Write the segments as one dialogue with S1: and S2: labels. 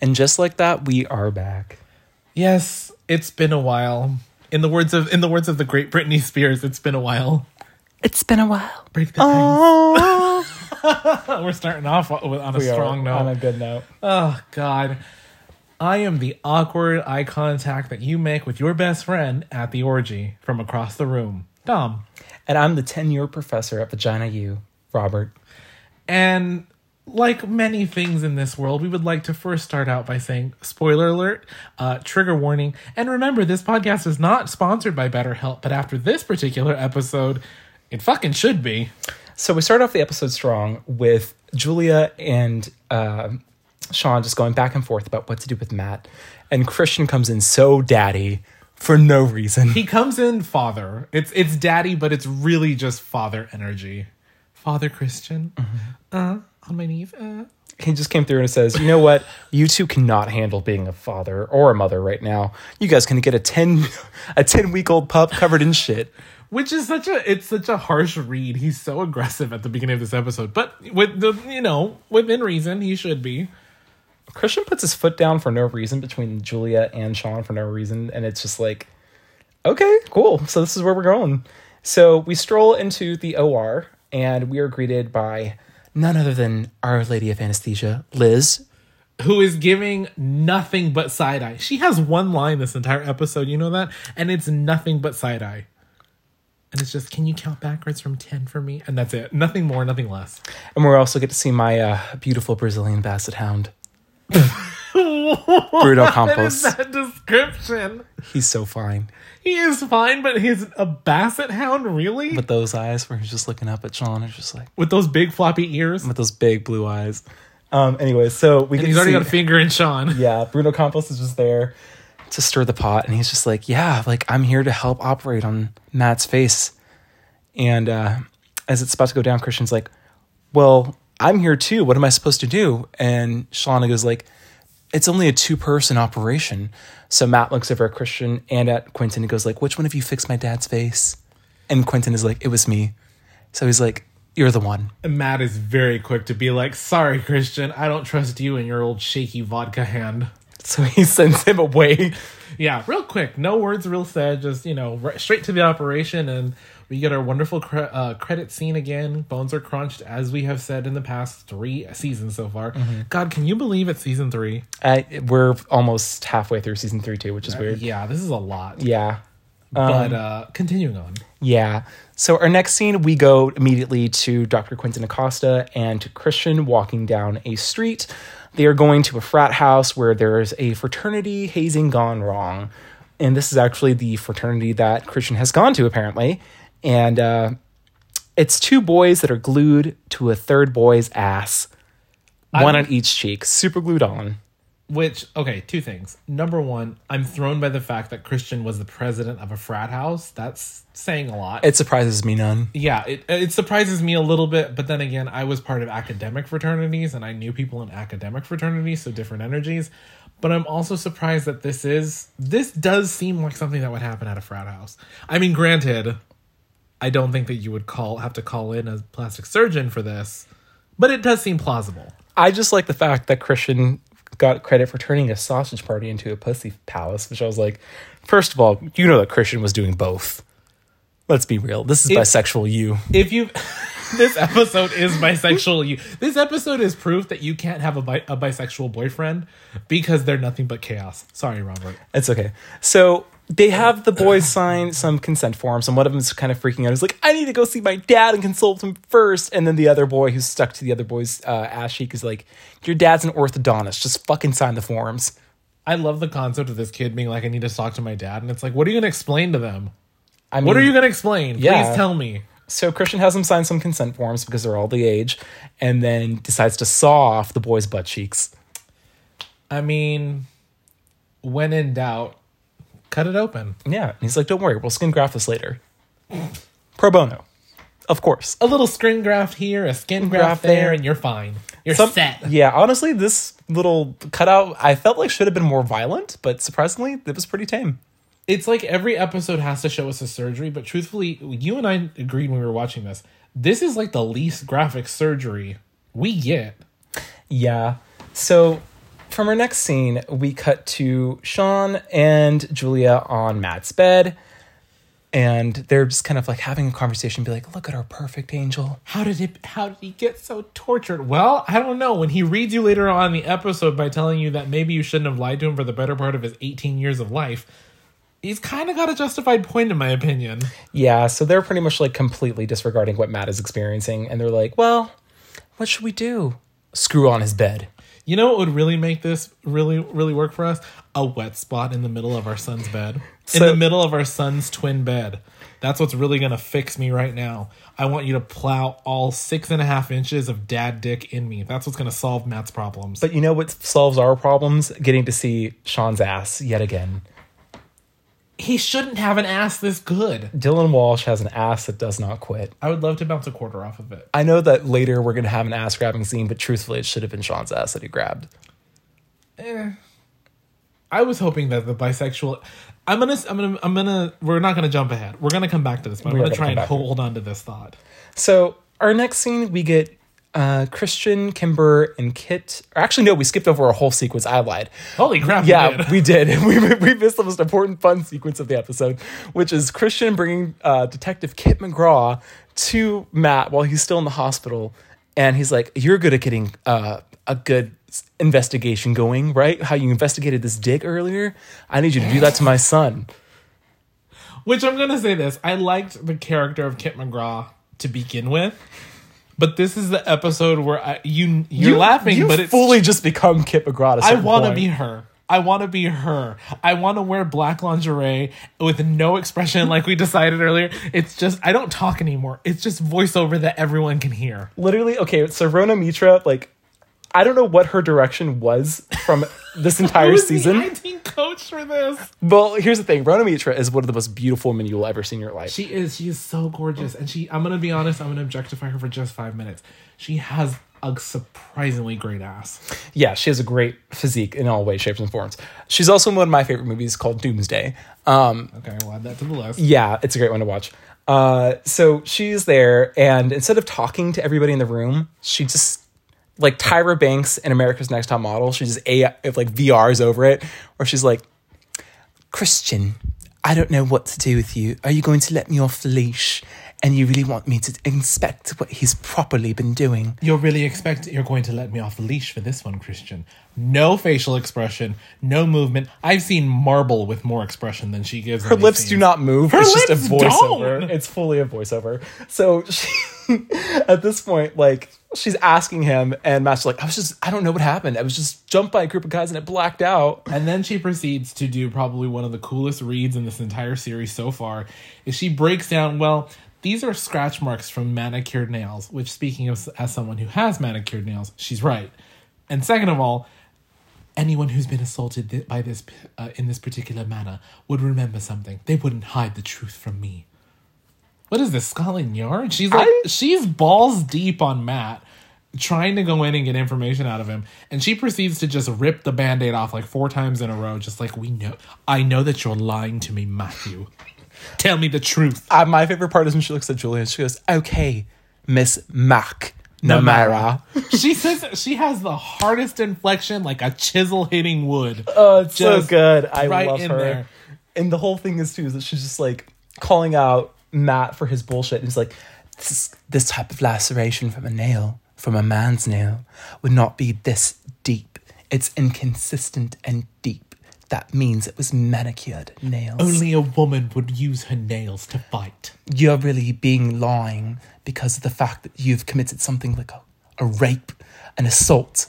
S1: And just like that, we are back.
S2: Yes, it's been a while. In the words of in the words of the great Britney Spears, it's been a while.
S1: It's been a while.
S2: Break the
S1: Oh,
S2: ice. We're starting off with- on a strong note.
S1: on a good note.
S2: oh God, I am the awkward eye contact that you make with your best friend at the orgy from across the room, Dom.
S1: And I'm the 10 year professor at Vagina U, Robert.
S2: And like many things in this world, we would like to first start out by saying spoiler alert, uh, trigger warning. And remember, this podcast is not sponsored by BetterHelp, but after this particular episode, it fucking should be.
S1: So we start off the episode strong with Julia and um Sean just going back and forth about what to do with Matt. And Christian comes in so daddy for no reason.
S2: He comes in father. It's it's daddy, but it's really just father energy. Father Christian. Uh, on my knees. Uh.
S1: He just came through and says, You know what? You two cannot handle being a father or a mother right now. You guys can get a 10 a 10 week old pup covered in shit.
S2: Which is such a it's such a harsh read. He's so aggressive at the beginning of this episode. But with the you know, within reason, he should be.
S1: Christian puts his foot down for no reason between Julia and Sean for no reason, and it's just like, okay, cool. So this is where we're going. So we stroll into the OR, and we are greeted by none other than Our Lady of Anesthesia, Liz.
S2: who is giving nothing but side eye. She has one line this entire episode, you know that? And it's nothing but side eye. And it's just, can you count backwards from 10 for me? And that's it. Nothing more, nothing less.
S1: And we also get to see my uh, beautiful Brazilian Basset Hound, Bruno
S2: What is
S1: Campos.
S2: that description?
S1: He's so fine.
S2: He is fine, but he's a basset hound, really?
S1: With those eyes where he's just looking up at Sean, it's just like,
S2: With those big floppy ears.
S1: with those big blue eyes. Um, anyway, so we get
S2: And he's
S1: to
S2: already
S1: see-
S2: got a finger in Sean.
S1: yeah, Bruno Campos is just there to stir the pot, and he's just like, "Yeah, like I'm here to help operate on Matt's face." And uh, as it's about to go down, Christian's like, "Well, I'm here too. What am I supposed to do?" And Shalana goes like, "It's only a two-person operation." So Matt looks over at Christian and at Quentin and goes like, "Which one of you fixed my dad's face?" And Quentin is like, "It was me." So he's like, "You're the one."
S2: And Matt is very quick to be like, sorry, Christian, I don't trust you and your old shaky vodka hand.
S1: So he sends him away.
S2: Yeah, real quick, no words, real sad. Just you know, right, straight to the operation, and we get our wonderful cre- uh, credit scene again. Bones are crunched, as we have said in the past three seasons so far. God, can you believe it's season three?
S1: Uh, we're almost halfway through season three too, which is weird.
S2: Yeah, this is a lot.
S1: Yeah.
S2: but uh, continuing on,
S1: Yeah. So our next scene, we go immediately to Dr. Quentin Acosta and to Christian walking down a street. They are going to a frat house where there is a fraternity hazing gone wrong. And this is actually the fraternity that Christian has gone to, apparently. And uh, it's two boys that are glued to a third boy's ass, one on each cheek, super glued on.
S2: which okay, two things. Number one, I'm thrown by the fact that Christian was the president of a frat house. That's saying a lot.
S1: It surprises me none.
S2: yeah, it, it surprises me a little bit, but then again, I was part of academic fraternities and I knew people in academic fraternities, so different energies. But I'm also surprised that this is this does seem like something that would happen at a frat house. I mean, granted, I don't think that you would call have to call in a plastic surgeon for this, but it does seem plausible.
S1: I just like the fact that Christian got credit for turning a sausage party into a pussy palace, which I was like, first of all, you know that Christian was doing both. Let's be real. This is bisexual you.
S2: If you this episode is bisexual, you this episode is proof that you can't have a, bi- a bisexual boyfriend because they're nothing but chaos. Sorry, Robert.
S1: It's okay. So they have the boys sign some consent forms, and one of them's kind of freaking out. He's like, I need to go see my dad and consult him first. And then the other boy who's stuck to the other boy's uh, ass cheek is like, Your dad's an orthodontist. Just fucking sign the forms.
S2: I love the concept of this kid being like, I need to talk to my dad. And it's like, what are you going to explain to them?
S1: I mean,
S2: What are you going to explain?
S1: Yeah.
S2: Please tell me.
S1: So Christian has them sign some consent forms because they're all the age, and then decides to saw off the boy's butt cheeks.
S2: I mean, when in doubt, cut it open.
S1: Yeah, and he's like, "Don't worry, we'll skin graft this later." Pro bono, of course.
S2: A little skin graft here, a skin graft,
S1: graft
S2: there,
S1: there.
S2: and you're fine. You're
S1: Some-
S2: set.
S1: Yeah, honestly, this little cutout I felt like should have been more violent, but surprisingly, it was pretty tame.
S2: It's like every episode has to show us a surgery, but truthfully, you and I agreed when we were watching this. This is like the least graphic surgery we get.
S1: Yeah. So From our next scene, we cut to Sean and Julia on Matt's bed. And they're just kind of like having a conversation, be like, look at our perfect angel.
S2: How did it? How did he get so tortured? Well, I don't know. When he reads you later on in the episode by telling you that maybe you shouldn't have lied to him for the better part of his 18 years of life, he's kind of got a justified point, in my opinion.
S1: Yeah, so they're pretty much like completely disregarding what Matt is experiencing. And they're like, well, what should we do? Screw on his bed.
S2: You know what would really make this really, really work for us? A wet spot in the middle of our son's bed. in
S1: So-
S2: the middle of our son's twin bed. That's what's really going to fix me right now. I want you to plow all six and a half inches of dad dick in me. That's what's going to solve Matt's problems.
S1: But you know what solves our problems? Getting to see Sean's ass yet again.
S2: he shouldn't have an ass this good.
S1: Dylan Walsh has an ass that does not quit.
S2: I would love to bounce a quarter off of it.
S1: I know that later we're going to have an ass grabbing scene, but truthfully, it should have been Sean's ass that he grabbed.
S2: Eh. I was hoping that the bisexual. I'm gonna. I'm gonna. I'm gonna. We're not gonna jump ahead. We're gonna come back to this, but I'm
S1: We are
S2: gonna
S1: gonna
S2: try
S1: come
S2: and
S1: back to it.
S2: hold on to this thought.
S1: So, our next scene, we get uh, Christian, Kimber, and Kit. Or actually, no, we skipped over a whole sequence. I lied.
S2: Holy crap! we did.
S1: Yeah, we did. We, we missed the most important fun sequence of the episode, which is Christian bringing uh, Detective Kit McGraw to Matt while he's still in the hospital. And he's like, You're good at getting uh, a good s- investigation going, right? How you investigated this dig earlier. I need you to do that to my son.
S2: Which I'm gonna say this. I liked the character of Kit McGraw to begin with, but this is the episode where I, you you're
S1: You-
S2: laughing,
S1: you
S2: but it's
S1: fully just become Kit McGraw. at a
S2: I
S1: certain
S2: want to
S1: point.
S2: be her. I want to be her. I want to wear black lingerie with no expression, like we decided earlier. It's just I don't talk anymore. It's just voiceover that everyone can hear.
S1: literally okay so rona mitra like i don't know what her direction was from this entire
S2: Who's
S1: season
S2: the acting coach for this?
S1: well here's the thing rona mitra is one of the most beautiful women you'll ever see in your life
S2: She is. She is so gorgeous, and she. I'm gonna be honest. I'm gonna objectify her for just five minutes. She has a surprisingly great ass.
S1: yeah she has a great physique in all ways shapes and forms she's also in one of my favorite movies called doomsday um
S2: Okay, we'll add that to the list.
S1: Yeah, it's a great one to watch. Uh, so she's there, and instead of talking to everybody in the room, she just like Tyra Banks in America's Next Top Model. She just a if like VRs over it, or she's like, Christian, I don't know what to do with you. Are you going to let me off the leash? And you really want me to inspect what he's properly been doing?
S2: You're really expect you're going to let me off the leash for this one, Christian. No facial expression, no movement. I've seen Marble with more expression than she gives.
S1: Her lips do not move. it's
S2: lips
S1: just a voiceover.
S2: don't.
S1: It's fully a voiceover. So she, at this point, like she's asking him, and Matt's like, "I was just, I don't know what happened. I was just jumped by a group of guys and it blacked out."
S2: And then she proceeds to do probably one of the coolest reads in this entire series so far. Is she breaks down, well, these are scratch marks from manicured nails, which speaking of as someone who has manicured nails, she's right. And second of all, anyone who's been assaulted thi- by this p- uh, in this particular manner would remember something. They wouldn't hide the truth from me. What is this Scotland Yard? She's like
S1: I-
S2: she's balls deep on Matt, trying to go in and get information out of him, and she proceeds to just rip the band-aid off like four times in a row, just like we know I know that you're lying to me, Matthew. Tell me the truth.
S1: Uh, my favorite part is when she looks at Julia and she goes, "Okay, Miss Mac Namara."
S2: she says she has the hardest inflection, like a chisel hitting wood.
S1: Oh, it's
S2: Just
S1: so good. I
S2: right
S1: love
S2: in
S1: her.
S2: there.
S1: And the whole thing is too is that she's just like calling out Matt for his bullshit. And he's like, this, this type of laceration from a nail, from a man's nail, would not be this deep. It's inconsistent and deep. That means it was manicured nails.
S2: Only a woman would use her nails to fight.
S1: You're really being lying because of the fact that you've committed something like a, a rape, an assault.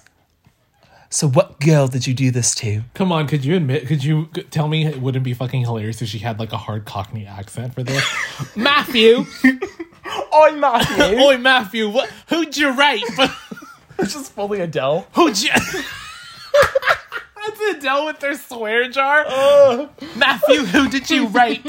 S1: So what girl did you do this to?
S2: Come on, could you admit? Could you g- tell me it wouldn't be fucking hilarious if she had like a hard Cockney accent for this? Matthew,
S1: I'm Matthew.
S2: oi Matthew, what? Who'd you rape?
S1: It's just fully Adele.
S2: Who'd you? That's Adele with their swear jar. Oh. Matthew, who did you rape?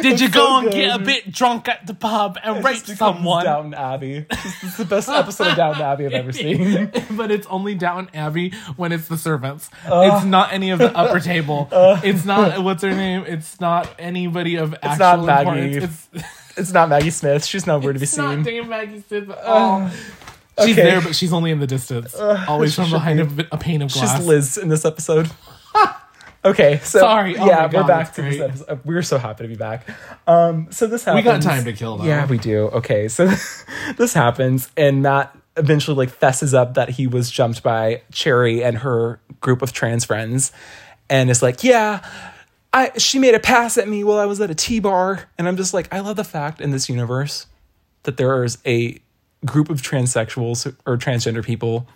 S2: Did you go
S1: so
S2: and get
S1: good.
S2: a bit drunk at the pub and rape
S1: Just becomes
S2: someone?
S1: Downton Abbey. This is the best episode of Downton Abbey I've ever seen.
S2: but it's only Downton Abbey when it's the servants. it's not any of the upper table. it's not what's her name. It's not anybody of
S1: It's
S2: actual
S1: not
S2: importance.
S1: Maggie.
S2: It's,
S1: It's not Maggie Smith. She's nowhere to be
S2: it's not
S1: seen.
S2: damn Maggie Smith. at all. Oh. She's
S1: Okay. Uh,
S2: there, but she's only in the distance. Always from behind a, a pane of
S1: She's
S2: glass.
S1: Liz in this episode. okay, so
S2: Sorry. Oh my
S1: yeah, we're
S2: God,
S1: back
S2: that's
S1: to this
S2: great.
S1: episode. uh, We're so happy to be back. Um, so this happens.
S2: We got time to kill, though.
S1: Yeah, we do. Okay, so this happens, and Matt eventually like fesses up that he was jumped by Cherry and her group of trans friends, and is like, yeah. I, she made a pass at me while I was at a T bar, and I'm just like, I love the fact in this universe that there is a group of transsexuals or transgender people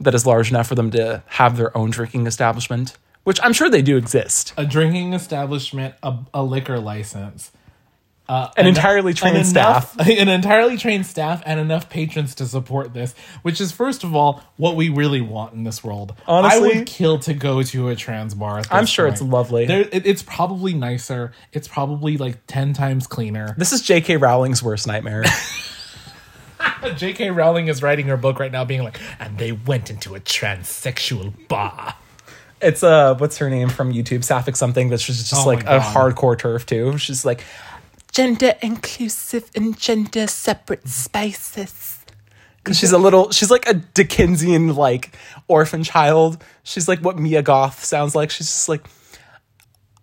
S1: that is large enough for them to have their own drinking establishment, which I'm sure they do exist.
S2: a drinking establishment, a, a liquor license,
S1: An entirely trained
S2: and enough-
S1: staff.
S2: an entirely trained staff, and enough patrons to support this. Which is, first of all, what we really want in this world. I
S1: Honestly-
S2: would kill to go to a trans bar. At this
S1: I'm sure
S2: point.
S1: it's lovely.
S2: There, it, it's probably nicer. It's probably like ten times cleaner.
S1: This is J.K. Rowling's worst nightmare.
S2: J.K. Rowling is writing her book right now, being like, and they went into a transsexual bar.
S1: it's uh, what's her name from YouTube, Sapphic something. That's just, just
S2: Oh my
S1: like a
S2: God.
S1: hardcore turf too. She's like,
S3: gender inclusive and gender separate spaces.
S1: because she's a little, she's like a Dickensian like orphan child. She's like what Mia Goth sounds like. She's just like,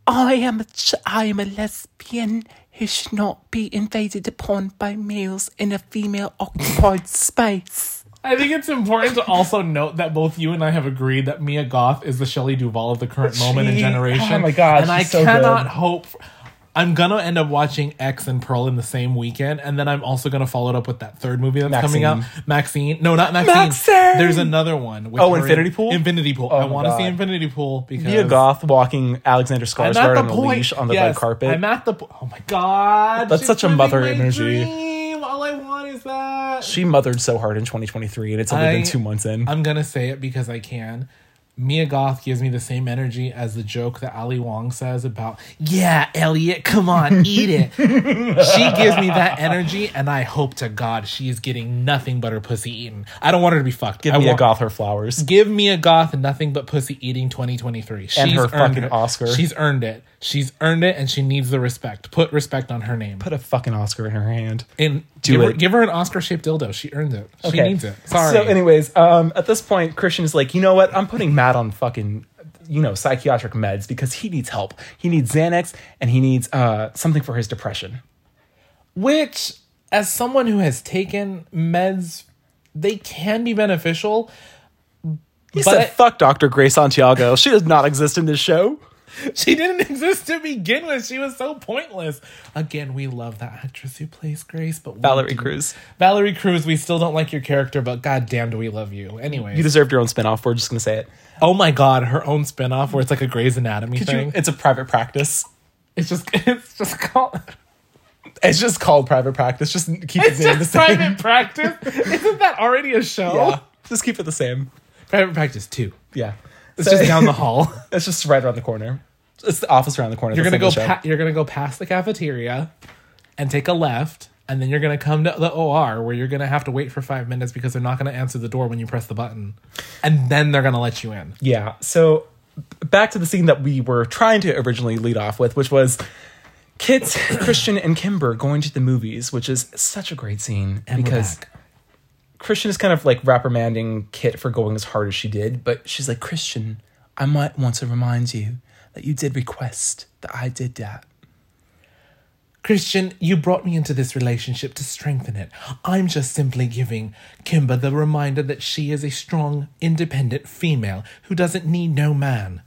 S3: I am a ch- I am a lesbian who should not be invaded upon by males in a female occupied space.
S2: I think it's important to also note that both you and I have agreed that Mia Goth is the Shelley Duvall of the current moment and
S1: She-
S2: generation.
S1: oh my God,
S2: And I
S1: she's so
S2: cannot
S1: good.
S2: hope. I'm gonna end up watching X and Pearl in the same weekend, and then I'm also gonna follow it up with that third movie that's coming out, Maxine. No, not Maxine.
S1: Maxine!
S2: There's another one. With
S1: Oh,
S2: her in-
S1: Infinity Pool? Oh
S2: Infinity Pool. I
S1: my
S2: want to see
S1: God.
S2: Infinity Pool because
S1: Mia Goth walking Alexander
S2: I'm at
S1: Skarsgård
S2: the
S1: on a
S2: point.
S1: leash on the
S2: yes,
S1: red carpet.
S2: I'm at the. Po- oh my God,
S1: That's
S2: she's
S1: such a
S2: living
S1: mother
S2: my
S1: energy.
S2: Dream. All I want is that.
S1: she mothered so hard in 2023, and it's only
S2: I-
S1: been two months in.
S2: I'm gonna say it because I can. Mia Goth gives me the same energy as the joke that Ali Wong says about, yeah, Elliot, come on, eat it. she gives me that energy, and I hope to God she is getting nothing but her pussy eaten. I don't want her to be fucked. Give I
S1: Mia
S2: want-
S1: Goth her flowers.
S2: Give Mia Goth nothing but pussy eating 2023. She's
S1: And her
S2: earned
S1: fucking
S2: it.
S1: Oscar.
S2: She's earned it. She's earned it, and she needs the respect. Put respect on her name.
S1: Put a fucking Oscar in her hand.
S2: and
S1: Do
S2: give, Her,
S1: it.
S2: give her an Oscar shaped dildo. She earned it. She needs it. Sorry.
S1: So, anyways, um, at this point, Christian is like, you know what? I'm putting Matt on fucking, you know, psychiatric meds because he needs help. He needs Xanax and he needs uh, something for his depression.
S2: which as someone who has taken meds they can be beneficial
S1: He
S2: But
S1: said,
S2: I-
S1: "Fuck Dr. Gray Santiago. She does not exist in this show."
S2: she didn't exist to begin with she was so pointless again we love that actress who plays grace but we
S1: Valerie
S2: do-
S1: Cruz,
S2: valerie cruz we still don't like your character but goddamn do we love you anyway
S1: you deserved your own spinoff. We're just gonna say it.
S2: oh my god her own spin-off where it's like a Grey's anatomy
S1: Could
S2: thing
S1: you- it's a private practice.
S2: it's just it's just called
S1: It's just called private practice. Just keep
S2: it's
S1: it the
S2: just
S1: same.
S2: private practice isn't that already a show
S1: Yeah, just keep it the same.
S2: private practice too
S1: Yeah,
S2: it's just down the hall
S1: It's just right around the corner. It's the office around the corner.
S2: You're
S1: That's
S2: gonna
S1: the
S2: go.
S1: show.
S2: Pa- you're gonna go past the cafeteria, and take a left, and then you're gonna come to the OR where you're gonna have to wait for five minutes because they're not gonna answer the door when you press the button, and then they're gonna let you in.
S1: Yeah. So b- back to the scene that we were trying to originally lead off with, which was Kits, Christian, and Kimber going to the movies, which is such a great scene
S2: And we're
S1: because
S2: back.
S1: Christian is kind of like reprimanding Kit for going as hard as she did, but she's like, Christian, I might want to remind you that you did request that I did that.
S2: Christian, you brought me into this relationship to strengthen it. I'm just simply giving Kimber the reminder that she is a strong, independent female who doesn't need no man.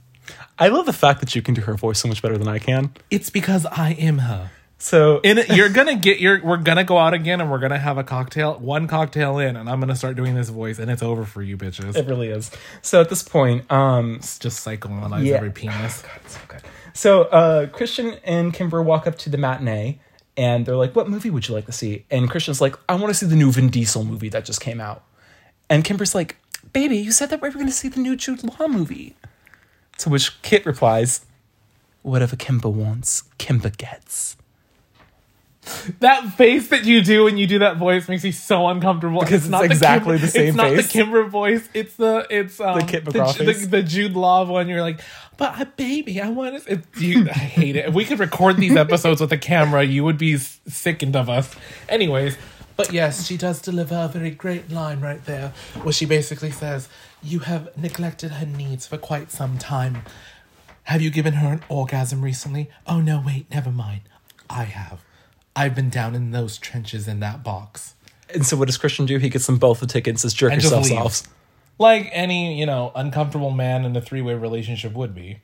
S1: I love the fact that you can do her voice so much better than I can.
S2: It's because I am her.
S1: So
S2: in it, you're gonna get your we're gonna go out again and we're gonna have a cocktail one cocktail in and i'm gonna start doing this voice and it's over for you bitches
S1: it really is. So at this point, um,
S2: it's just psychoanalyze
S1: Yeah.
S2: every penis
S1: so good. So uh, Christian and Kimber walk up to the matinee, and they're like, "What movie would you like to see?" And Christian's like, "I want to see the new Vin Diesel movie that just came out." And Kimber's like, "Baby, you said that we were going to see the new Jude Law movie." To which Kit replies, "Whatever Kimber wants, Kimber gets."
S2: that face that you do when you do that voice makes me so uncomfortable
S1: Because it's exactly the same
S2: it's not
S1: face.
S2: the kimber voice it's the it's um,
S1: Kit
S2: the,
S1: McGraw
S2: Ju- the,
S1: face.
S2: the jude law one you're like but I, baby i want to it's you i hate it if we could record these episodes with a camera you would be s- sickened of us anyways But yes, she does deliver a very great line right there, where she basically says, You have neglected her needs for quite some time. Have you given her an orgasm recently? Oh no, wait, never mind. I have. I've been down in those trenches in that box.
S1: And so what does Christian do? He gets them both the tickets, says jerk
S2: And just
S1: yourselves
S2: leaves.
S1: off.
S2: Like any, you know, uncomfortable man in a three way relationship would be.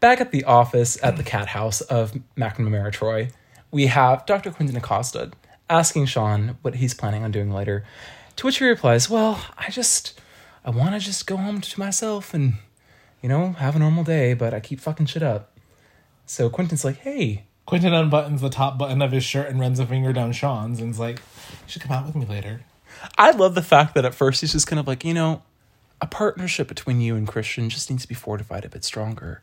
S1: Back at the office at the cat house of McNamara Troy, we have Dr. Quinton accosted, asking Sean what he's planning on doing later. To which he replies, Well, I just, I want to just go home to myself and, you know, have a normal day, but I keep fucking shit up. So Quinton's like, Hey,
S2: Quentin unbuttons the top button of his shirt and runs a finger down Sean's and's like, You should come out with me later.
S1: I love the fact that at first he's just kind of like, you know, a partnership between you and Christian just needs to be fortified a bit stronger.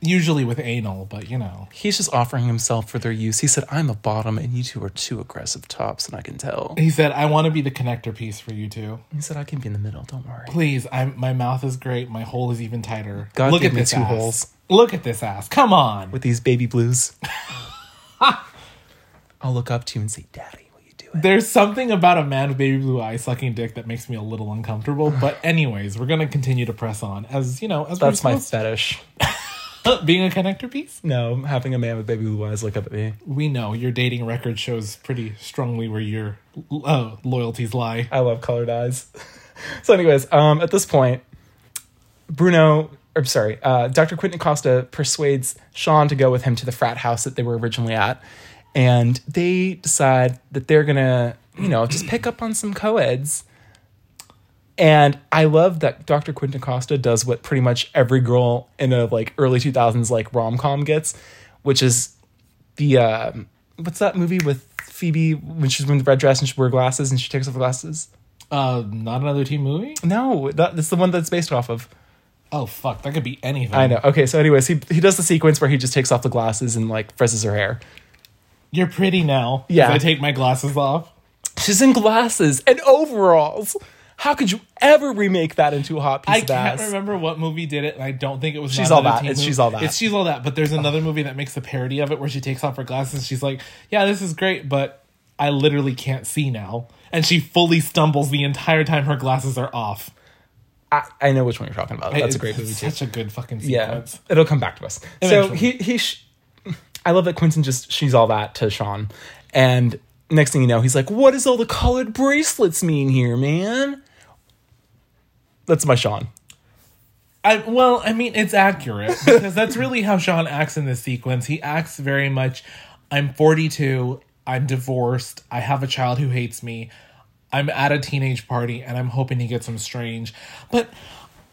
S2: Usually with anal, but you know.
S1: He's just offering himself for their use. He said, I'm a bottom and you two are two aggressive tops, and I can tell.
S2: He said, I want to be the connector piece for you two.
S1: He said, I can be in the middle, don't worry.
S2: Please, I'm, my mouth is great. My hole is even tighter.
S1: God
S2: Look
S1: gave
S2: at
S1: me
S2: this
S1: two
S2: ass.
S1: holes.
S2: Look at this ass. Come on.
S1: With these baby blues. I'll look up to you and say, Daddy, will you do it?
S2: There's something about a man with baby blue eyes sucking dick that makes me a little uncomfortable. But anyways, we're gonna continue to press on as you know as
S1: That's
S2: we're
S1: my
S2: supposed
S1: fetish.
S2: to. being a connector piece.
S1: No, having a man with baby blue eyes look up at me.
S2: We know your dating record shows pretty strongly where your uh, loyalties lie.
S1: I love colored eyes. so, anyways, um, at this point, Bruno, or sorry, uh, Dr. Quentin Acosta persuades Sean to go with him to the frat house that they were originally at, and they decide that they're gonna, you know, just pick up on some co-eds. And I love that Dr. Quentin Acosta does what pretty much every girl in a like early two thousands like rom com gets, which is the um what's that movie with Phoebe when she's wearing the red dress and she wears glasses and she takes off the glasses?
S2: Uh, not another teen movie.
S1: No, that, that's the one that's based off of.
S2: Oh fuck, that could be anything.
S1: I know. Okay, so anyways, he he does the sequence where he just takes off the glasses and like frizzes her hair.
S2: You're pretty now.
S1: Yeah.
S2: As I take my glasses off.
S1: She's in glasses and overalls. How could you ever remake that into a hot piece
S2: I
S1: of
S2: can't
S1: ass?
S2: remember what movie did it, and I don't think it was.
S1: She's
S2: Not
S1: All
S2: Another
S1: That.
S2: Teen
S1: It's
S2: Movie.
S1: She's All That.
S2: It's she's all that. But there's another movie that makes a parody of it where she takes off her glasses. She's like, "Yeah, this is great, but I literally can't see now," and she fully stumbles the entire time her glasses are off.
S1: I, I know which one you're talking about. That's a
S2: It's
S1: great movie too.
S2: Such a good fucking
S1: Yeah,
S2: sequence.
S1: it'll come back to us. So
S2: Eventually.
S1: he he, sh- I love that Quentin just she's all that to Sean, and next thing you know, he's like, "What does all the colored bracelets mean here, man?" That's my Sean.
S2: I, well, I mean, it's accurate because that's really how Sean acts in this sequence. He acts very much, I'm 42, I'm divorced, I have a child who hates me, I'm at a teenage party, and I'm hoping to get some strange. But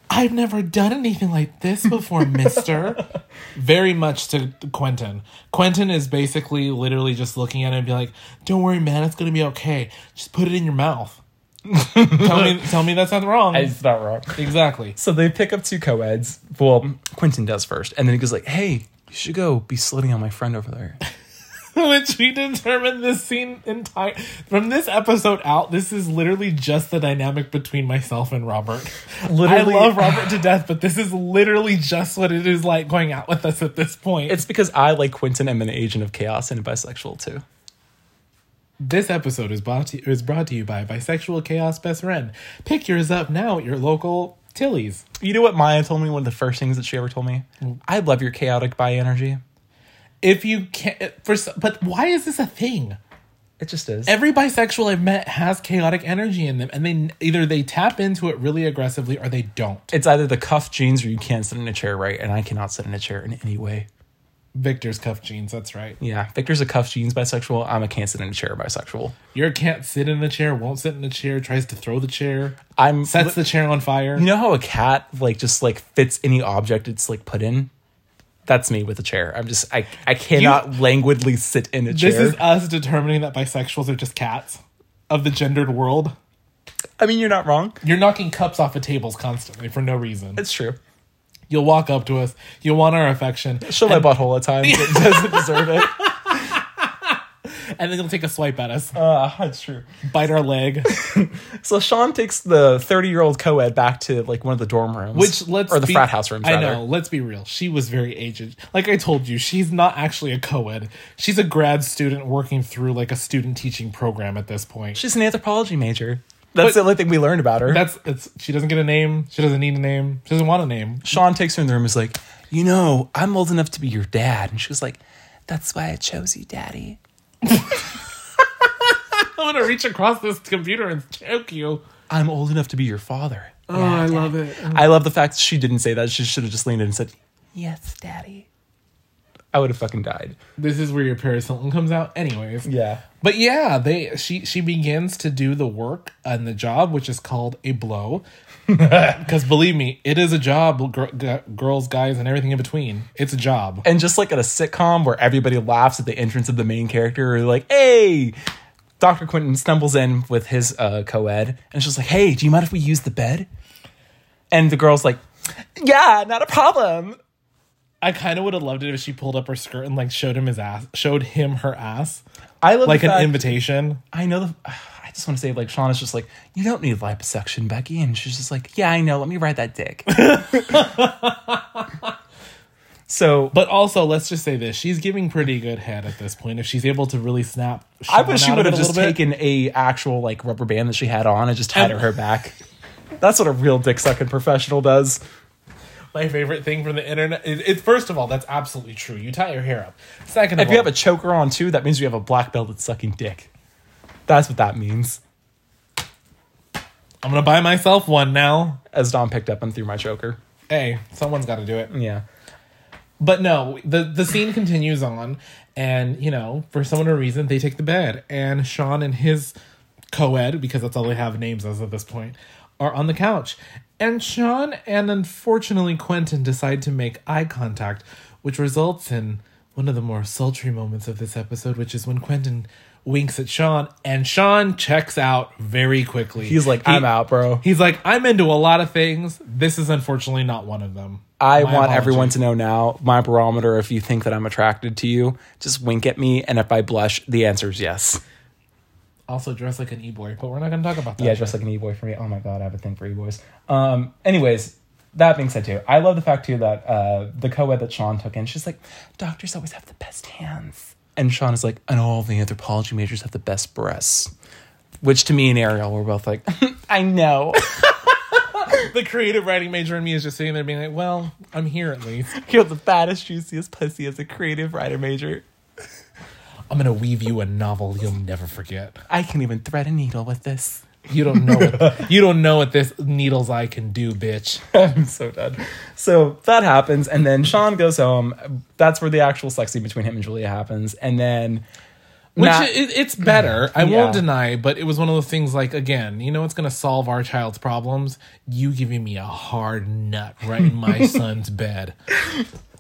S2: I've never done anything like this before, mister. Very much to Quentin. Quentin is basically literally just looking at him and be like, Don't worry, man, it's going to be okay. Just put it in your mouth. tell me tell me that's not wrong.
S1: not wrong.
S2: exactly.
S1: So they pick up two co-eds. Well, Quentin does first, and then he goes like, "Hey, you should go be slitting on my friend over there."
S2: which we determined this scene entire from this episode out this is literally just the dynamic between myself and robert
S1: Literally-
S2: i love robert to death but this is literally just what it is like going out with us at this point
S1: It's because I, like Quentin, am an agent of chaos and bisexual too.
S2: this episode is brought to, is brought to you by bisexual chaos best friend pick yours up now at your local tilly's
S1: You know what Maya told me? One of the first things that she ever told me: "I love your chaotic bi energy."
S2: if you can't for s- but why is this a thing
S1: It just is.
S2: every bisexual i've met has chaotic energy in them and they either they tap into it really aggressively or they don't
S1: it's either the cuff jeans or you can't sit in a chair right and i cannot sit in a chair in any way
S2: victor's cuff jeans that's right
S1: yeah victor's a cuff jeans bisexual i'm a can't sit in a chair bisexual
S2: Your cat sit in a chair, won't sit in a chair, tries to throw the chair,
S1: i'm
S2: sets the chair on fire.
S1: you know how a cat like just like fits any object it's like put in that's me with a chair i'm just i i cannot languidly sit in a chair
S2: This is us determining that bisexuals are just cats of the gendered world.
S1: i mean you're not wrong
S2: You're knocking cups off of tables constantly for no reason.
S1: it's true
S2: You'll walk up to us, you'll want our affection,
S1: show my butthole at times it doesn't deserve it
S2: and then he'll take a swipe at us,
S1: Ah, that's true.
S2: bite our leg.
S1: So Sean takes the 30 year old co ed back to like one of the dorm rooms.
S2: Which let's
S1: Or the
S2: be-
S1: frat house rooms,
S2: I
S1: rather.
S2: know. Let's be real. She was very aged. Like I told you, she's not actually a co-ed. She's a grad student working through like a student teaching program at this point.
S1: She's an anthropology major. That's
S2: But-
S1: the only thing we learned about her.
S2: That's it's. She doesn't get a name. She doesn't need a name. She doesn't want a name.
S1: Sean takes her in the room and is like, You know, I'm old enough to be your dad. And she was like, That's why I chose you, daddy.
S2: I'm gonna reach across this computer and choke you.
S1: I'm old enough to be your father.
S2: Oh, I love it.
S1: I love the fact she didn't say that. She should have just leaned in and said,
S3: Yes, Daddy.
S1: I would have fucking died.
S2: This is where your Paris Hilton comes out, anyways.
S1: Yeah.
S2: But yeah, they she she begins to do the work and the job, which is called a blow. Because believe me, it is a job, gr- g- girls, guys, and everything in between. It's a job.
S1: And just like at a sitcom where everybody laughs at the entrance of the main character, or like, hey, Dr. Quentin stumbles in with his uh, co ed and she's like, hey, do you mind if we use the bed? And the girl's like, yeah, not a problem.
S2: I kind of would have loved it if she pulled up her skirt and like showed him his ass, showed him her ass,
S1: I love
S2: like
S1: the
S2: an
S1: fact-
S2: invitation.
S1: I know the. I just want to say, like, Sean is just like, you don't need liposuction, Becky. And she's just like, yeah, I know. Let me ride that dick. so
S2: But also, let's just say this: she's giving pretty good head at this point. If she's able to really snap,
S1: I
S2: Sean
S1: wish she
S2: out
S1: would
S2: of
S1: have
S2: it a
S1: just
S2: little bit.
S1: taken a actual like rubber band that she had on and just tied it
S2: And-
S1: her back. That's what a real dick sucking professional does.
S2: My favorite thing from the internet is, is first of all, that's absolutely true. You tie your hair up. Second of
S1: If you
S2: all,
S1: have a choker on too, that means you have a black belt at sucking dick. That's what that means.
S2: I'm gonna buy myself one now.
S1: As Dom picked up and threw my choker.
S2: Hey, someone's got to do it.
S1: Yeah.
S2: But no, the the scene continues on, and you know, for some other reason, they take the bed, and Sean and his co-ed, because that's all they have names as at this point, are on the couch, and Sean and unfortunately Quentin decide to make eye contact, which results in one of the more sultry moments of this episode, which is when Quentin winks at Sean, and Sean checks out very quickly.
S1: He's like,
S2: He-
S1: I'm out, bro.
S2: He's like, I'm into a lot of things. This is unfortunately not one of them.
S1: I
S2: My
S1: want
S2: apologies.
S1: everyone to know now my barometer. If you think that I'm attracted to you, just wink at me. And if I blush, the answer is yes.
S2: also dress like an e-boy, but we're not going to talk about that.
S1: Yeah, dressed like an e boy for me. Oh my God, I have a thing for e boys. Um, anyways, that being said, too, I love the fact, too, that uh, the co ed that Sean took in, she's like, doctors always have the best hands. And Sean is like, and all the anthropology majors have the best breasts. Which to me and Ariel were both like, I know.
S2: the creative writing major in me is just sitting there being like, "Well, I'm here at least.
S1: You're the fattest, juiciest pussy as a creative writer major.
S2: I'm going to weave you a novel you'll never forget.
S1: I can even thread a needle with this.
S2: You don't know what you don't know what this needle's eye can do, bitch."
S1: I'm so done. So that happens, and then Sean goes home. That's where the actual sex scene between him and Julia happens, and then
S2: Which
S1: Matt-
S2: it, it's better. I
S1: Yeah.
S2: won't deny, but it was one of those things like again, you know what's going to solve our child's problems? You giving me a hard nut right in my son's bed.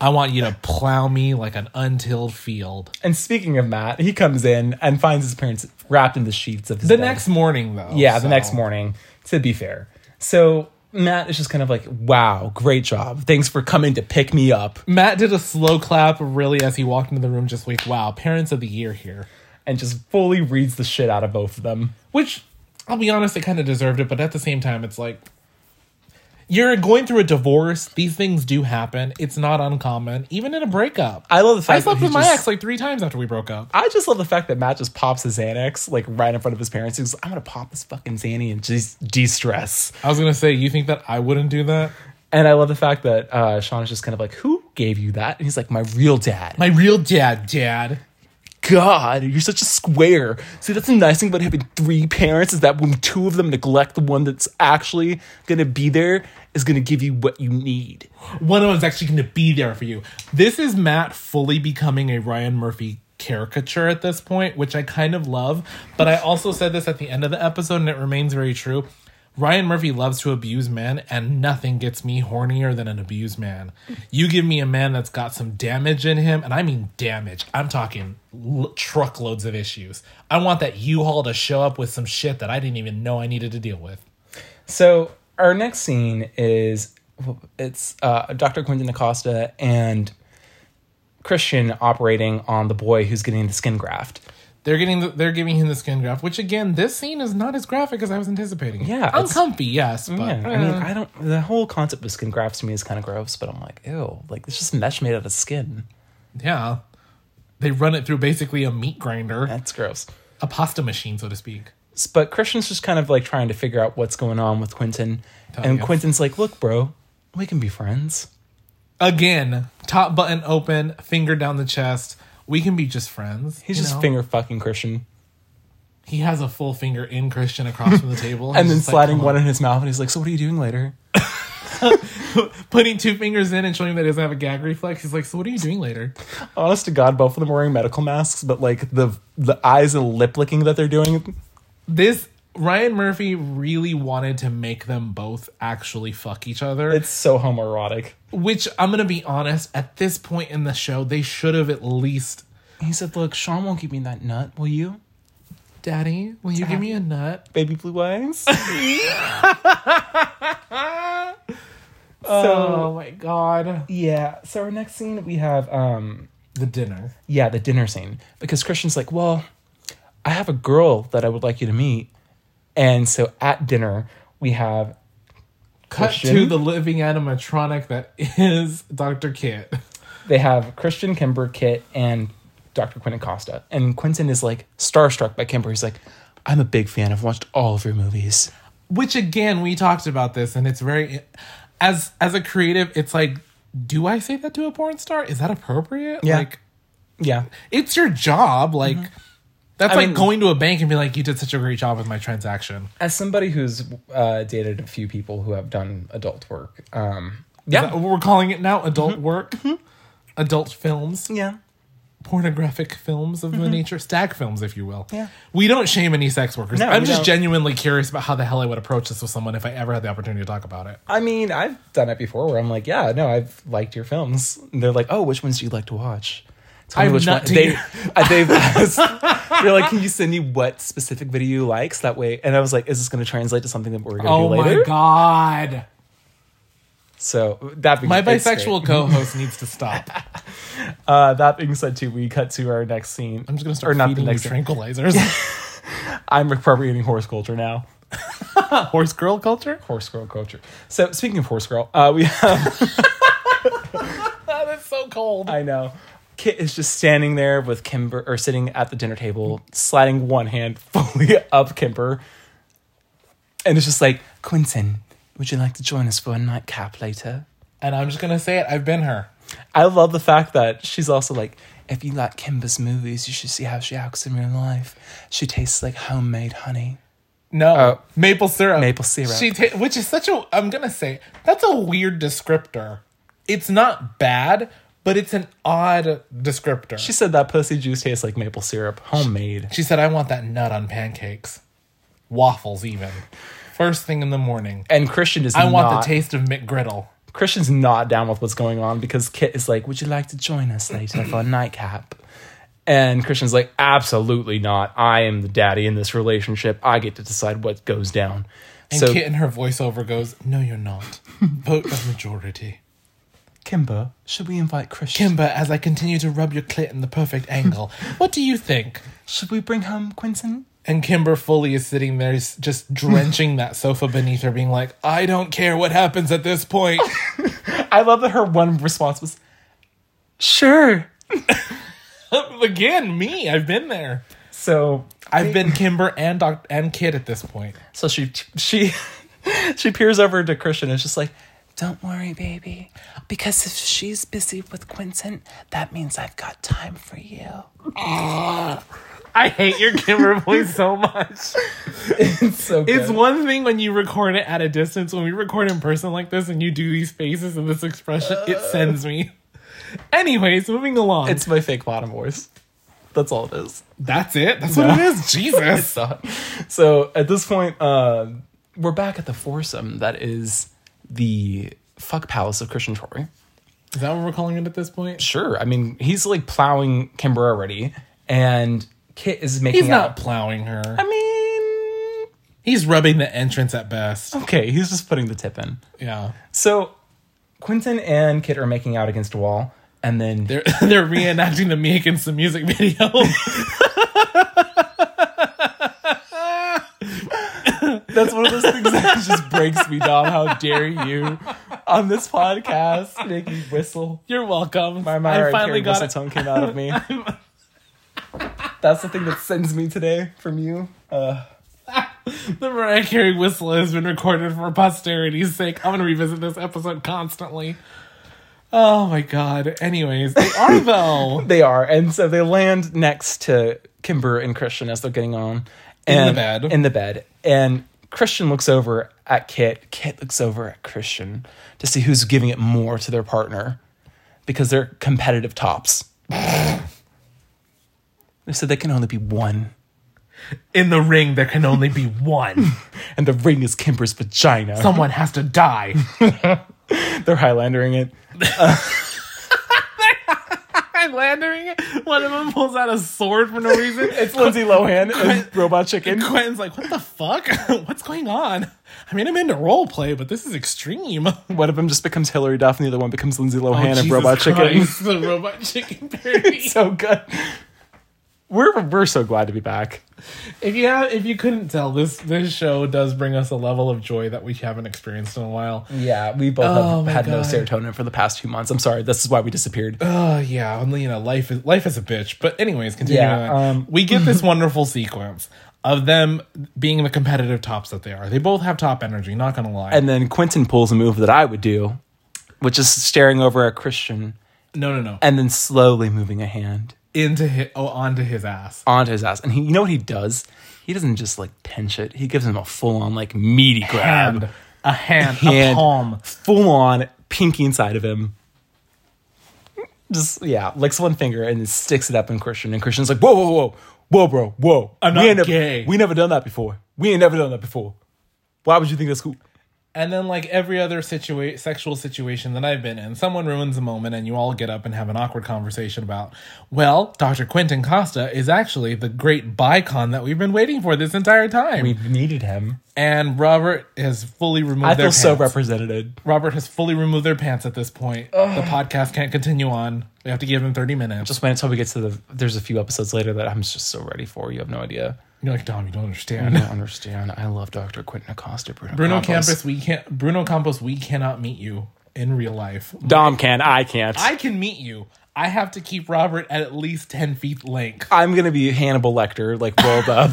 S2: I want you to plow me like an untilled field.
S1: and speaking of Matt, he comes in and finds his parents wrapped in the sheets of his
S2: The
S1: bed.
S2: next morning though.
S1: yeah,
S2: so-
S1: the next morning. To be fair, so Matt is just kind of like, "Wow, great job! Thanks for coming to pick me up,"
S2: Matt did a slow clap really as he walked into the room just like, wow, parents of the year here.
S1: and just fully reads the shit out of both of them.
S2: Which I'll be honest, it kind of deserved it, but at the same time it's like you're going through a divorce. These things do happen. It's not uncommon, even in a breakup.
S1: I love the fact
S2: I slept
S1: that he
S2: with my
S1: just-
S2: ex like three times after we broke up.
S1: I just love the fact that Matt just pops his Xanax like right in front of his parents. He's like, "I'm gonna pop this fucking Xanny and just de-stress."
S2: I was gonna say, you think that I wouldn't do that?
S1: And I love the fact that uh, Sean is just kind of like, "Who gave you that?" And he's like, "My real dad." My
S2: My real dad, dad.
S1: God, you're such a square. See, that's the nice thing about having three parents is that when two of them neglect the one that's actually gonna be there, is gonna give you what you need.
S2: One of them's actually gonna be there for you. This is Matt fully becoming a Ryan Murphy caricature at this point, which I kind of love. But I also said this at the end of the episode, and it remains very true. Ryan Murphy loves to abuse men, and nothing gets me hornier than an abused man. You give me a man that's got some damage in him, and I mean damage. I'm talking l- truckloads of issues. I want that U-Haul to show up with some shit that I didn't even know I needed to deal with.
S1: So our next scene is it's uh, Dr. Quentin Acosta and Christian operating on the boy who's getting the skin graft.
S2: They're getting the, they're giving him the skin graft, which again, this scene is not as graphic as I was anticipating. it.
S1: Yeah, it's-
S2: uncomfy, yes, but
S1: Yeah, I mean, I don't. The whole concept of skin grafts to me is kind of gross, but I'm like, ew, like it's just mesh made out of skin.
S2: yeah, they run it through basically a meat grinder,
S1: That's gross.
S2: a pasta machine, so to speak.
S1: S- But Christian's just kind of like trying to figure out what's going on with Quentin, and
S2: you.
S1: Quentin's like, "Look, bro, we can be friends."
S2: Again, top button open, finger down the chest. We can be just friends.
S1: He's
S2: you
S1: just
S2: know?
S1: finger fucking Christian,
S2: He has a full finger in Christian across from the table,
S1: and
S2: He's
S1: then
S2: just like,
S1: sliding
S2: "Come on."
S1: one in his mouth, and he's like, "So what are you doing later?"
S2: putting two fingers in and showing that he doesn't have a gag reflex. He's like, "So what are you doing later?"
S1: Honest to God, both of them are wearing medical masks, but like the the eyes and lip licking that they're doing,
S2: This Ryan Murphy really wanted to make them both actually fuck each other,
S1: it's so homoerotic.
S2: which I'm gonna be honest. At this point in the show, they should have at least,
S1: He said, "Look, Sean won't give me that nut, will you,
S2: Daddy, will you give me a nut?
S1: baby blue eyes?" So-
S2: oh my god,
S1: Yeah. So our next scene we have um
S2: the dinner.
S1: yeah, the dinner scene. Because Christian's like, Well, I have a girl that I would like you to meet. And so at dinner we have
S2: Cut
S1: Christian.
S2: to the living animatronic that is Dr. Kit.
S1: they have Christian, Kimber, Kit, and Dr. Quentin Costa. And Quentin is like starstruck by Kimber. He's like, I'm a big fan. I've watched all of your movies.
S2: Which again, we talked about this, and it's very as as a creative, it's like, do I say that to a porn star? Is that appropriate?
S1: Yeah.
S2: Like
S1: Yeah.
S2: it's your job. Like that's
S1: I
S2: like
S1: mean-
S2: going to a bank and be like, you did such a great job with my transaction.
S1: As somebody who's uh, dated a few people who have done adult work, um, yeah.
S2: Is that what we're calling it now adult work, adult films,
S1: yeah.
S2: pornographic films of the nature, stag films, if you will.
S1: Mm-hmm. Yeah.
S2: we don't shame any sex workers.
S1: No,
S2: I'm
S1: we
S2: just
S1: don't.
S2: genuinely curious about how the hell I would approach this with someone if I ever had the opportunity to talk about it.
S1: I mean, I've done it before where I'm like, yeah, no, I've liked your films. And they're like, oh, which ones do you like to watch? Tell me
S2: I'm
S1: which
S2: not
S1: one.
S2: to
S1: They,
S2: you.
S1: I- they've asked, they're like, can you send me what specific video you like? So that way, and I was like, is this going to translate to something that we're going to
S2: Oh
S1: do later?
S2: my god,
S1: So that being
S2: my
S1: it's great.
S2: bisexual co-host needs to stop.
S1: Uh, that being said, too, we cut to our next scene.
S2: I'm just gonna start feeding you
S1: scene.
S2: tranquilizers.
S1: I'm appropriating horse culture now.
S2: Horse girl culture.
S1: Horse girl culture. So speaking of horse girl, uh, we have
S2: Oh, that's so cold.
S1: I know. Kit is just standing there with Kimber, or sitting at the dinner table, sliding one hand fully up Kimber. And it's just like, Quentin, would you like to join us for a nightcap later?
S2: and I'm just gonna say it. I've been her.
S1: I love the fact that she's also like, if you like Kimber's movies, you should see how she acts in real life. She tastes like homemade honey.
S2: No,
S1: Oh.
S2: maple syrup.
S1: Maple syrup.
S2: She ta- which is such a. I'm gonna say that's a weird descriptor. It's not bad, but it's an odd descriptor.
S1: She
S2: She,
S1: said that pussy juice tastes like maple syrup, homemade.
S2: said, "I want that nut on pancakes, waffles, even first thing in the morning.
S1: And Christian is
S2: I want
S1: not,
S2: the taste of McGriddle."
S1: Christian's not down with what's going on because Kit is like, Would you like to join us later for a nightcap? And Christian's like, Absolutely not. I am the daddy in this relationship. I get to decide what goes down.
S2: And
S1: so,
S2: Kit in her voiceover goes, "No, you're not. Vote of majority."
S1: Kimber, should we invite Christian?
S2: Kimber, as I continue to rub your clit in the perfect angle, what do you think?
S1: should we bring home Quentin?
S2: And Kimber Foley is sitting there s- just drenching that sofa beneath her, being like, I don't care what happens at this point.
S1: I love that her one response was, Sure.
S2: Again, me. I've been there.
S1: So,
S2: I've been Kimber and Doc- and Kid at this point.
S1: so she, she, she peers over to Christian and is just like,
S3: Don't worry, baby. Because if she's busy with Quentin, that means I've got time for you.
S2: I hate your Kimber voice so much.
S1: It's so good.
S2: It's one thing when you record it at a distance. When we record in person like this and you do these faces and this expression, it sends me. Anyways, moving along.
S1: It's my fake bottom voice. That's all it is.
S2: that's it. That's what it is. Jesus.
S1: It's not. So at this point, uh, we're back at the foursome that is the fuck palace of Christian Troy.
S2: Is that what we're calling it at this point?
S1: Sure. I mean, he's like plowing Kimber already, and Kit is making
S2: He's not
S1: out.
S2: plowing her.
S1: I mean,
S2: He's rubbing the entrance at best.
S1: okay, he's just putting the tip in.
S2: Yeah.
S1: So Quentin and Kit are making out against a wall, and then
S2: They're they're reenacting the Me Against the Music video.
S1: That's one of those things that just breaks me down. How dare you on this podcast make me whistle?
S2: You're welcome.
S1: My Mariah
S2: I
S1: Carey
S2: finally got
S1: whistle tongue
S2: it.
S1: came out of me. That's the thing that sends me today from you. Uh,
S2: The Mariah Carey whistle has been recorded for posterity's sake. I'm going to revisit this episode constantly. Oh my god. Anyways, they are though.
S1: they are, and so they land next to Kimber and Christian as they're getting on. And
S2: bed.
S1: In the bed, and Christian looks over at Kit. Kit looks over at Christian to see who's giving it more to their partner, because they're competitive tops. they said there can only be one,
S2: In the ring, there can only be one.
S1: and the ring is Kimber's vagina.
S2: Someone has to die.
S1: they're highlandering it.
S2: I'm landering it. One of them pulls out a sword for no reason.
S1: It's Lindsay Lohan and Robot Chicken.
S2: Quentin's like, what the fuck? What's going on? I mean, I'm into role play, but this is extreme.
S1: One of them just becomes Hillary Duff, and the other one becomes Lindsay Lohan and
S2: Oh, Jesus
S1: Robot Chicken.
S2: Christ, The robot chicken parody.
S1: so good. We're we're so glad to be back.
S2: if you have, if you couldn't tell, this this show does bring us a level of joy that we haven't experienced in a while.
S1: Yeah, we both
S2: Oh
S1: have
S2: my
S1: had no
S2: God.
S1: serotonin for the past few months. I'm sorry. This is why we disappeared.
S2: Oh yeah, and, you know, life is life is a bitch. But anyways, continuing
S1: Yeah,
S2: on,
S1: um,
S2: we get this wonderful sequence of them being the competitive tops that they are. They both have top energy. Not gonna lie.
S1: And then Quentin pulls a move that I would do, which is staring over at Christian
S2: no, no, no.
S1: and then slowly moving a hand
S2: Into his oh, onto his ass.
S1: onto his ass. And he, you know what he does? He doesn't just like pinch it. He gives him a full on like meaty grab,
S2: Hand, a hand, a
S1: Hand.
S2: palm.
S1: full on pinky inside of him. Just yeah, licks one finger and then sticks it up in Christian, and Christian's like, "Whoa, whoa, whoa, whoa, bro, whoa!
S2: I'm
S1: we
S2: not
S1: ain't nev-
S2: gay."
S1: we never done that before. We ain't never done that before. Why would you think that's cool?
S2: And then, like every other situa- sexual situation that I've been in, someone ruins a moment and you all get up and have an awkward conversation about, well, Dr. Quentin Costa is actually the great bicon that we've been waiting for this entire time.
S1: needed him.
S2: and Robert has fully removed
S1: I feel
S2: their pants.
S1: so represented.
S2: Robert has fully removed their pants at this point. The podcast can't continue on. We have to give him 30 minutes.
S1: Just wait until we get to the. There's a few episodes later that I'm just so ready for. You have no idea.
S2: You're like, Dom, you don't
S1: I
S2: understand.
S1: don't understand. I love Dr. Quentin Acosta, Bruno.
S2: Bruno
S1: Mm-hmm. Campos.
S2: Campos, we can't, Bruno Campos, we cannot meet you in real life.
S1: Dom can. I can't.
S2: I can meet you. I have to keep Robert at at least 10 feet length.
S1: I'm gonna be Hannibal Lecter, like rolled up,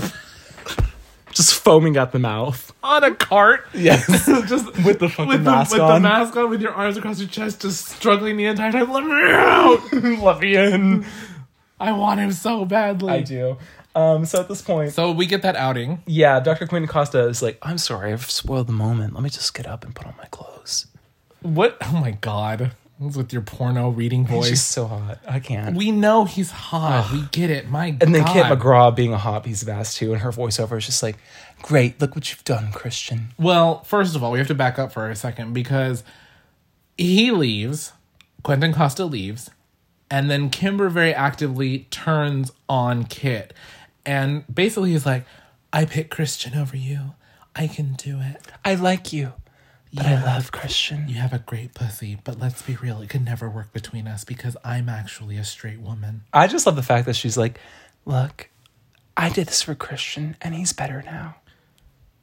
S1: just foaming at the mouth.
S2: on a cart.
S1: Yes.
S2: just with
S1: the fucking
S2: with the,
S1: mask
S2: with the
S1: on.
S2: mask on, with your arms across your chest, just struggling the entire time. Let me out!
S1: Let me in.
S2: I want him so badly.
S1: I do. Um, so at this point,
S2: So we get that outing.
S1: yeah, Dr. Quinn Costa is like, I'm sorry, I've spoiled the moment. Let me just get up and put on my clothes.
S2: What? Oh my god! What's with your porno reading voice?
S1: She's so hot. I can't.
S2: we know he's hot. we get it. My god.
S1: and then Kit McGraw being a hot piece of ass too, and her voiceover is just like, Great, look what you've done, Christian.
S2: Well, first of all, we have to back up for a second because he leaves, Quentin Costa leaves, and then Kimber very actively turns on Kit. And basically, he's like, I pick Christian over you. I can do it.
S1: I like you, but I love Christian.
S2: You have a great pussy, but let's be real, it could never work between us because I'm actually a straight woman.
S1: I just love the fact that she's like, Look, I did this for Christian, and he's better now.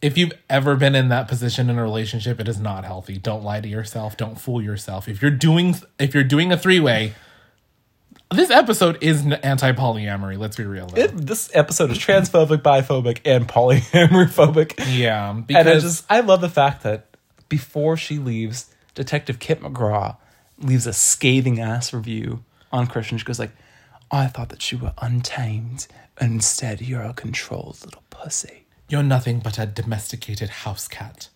S2: If you've ever been in that position in a relationship, it is not healthy. Don't lie to yourself. Don't fool yourself. If you're doing if you're doing a three-way, this episode is n- anti-polyamory, let's be real. though.
S1: This episode is transphobic, biphobic, and polyamory phobic.
S2: yeah, because
S1: And I just I love the fact that before she leaves, Detective Kit McGraw leaves a scathing ass review on Christian. She goes like, "I thought that you were untamed, and instead you're a controlled little pussy."
S2: you're nothing but a domesticated house cat.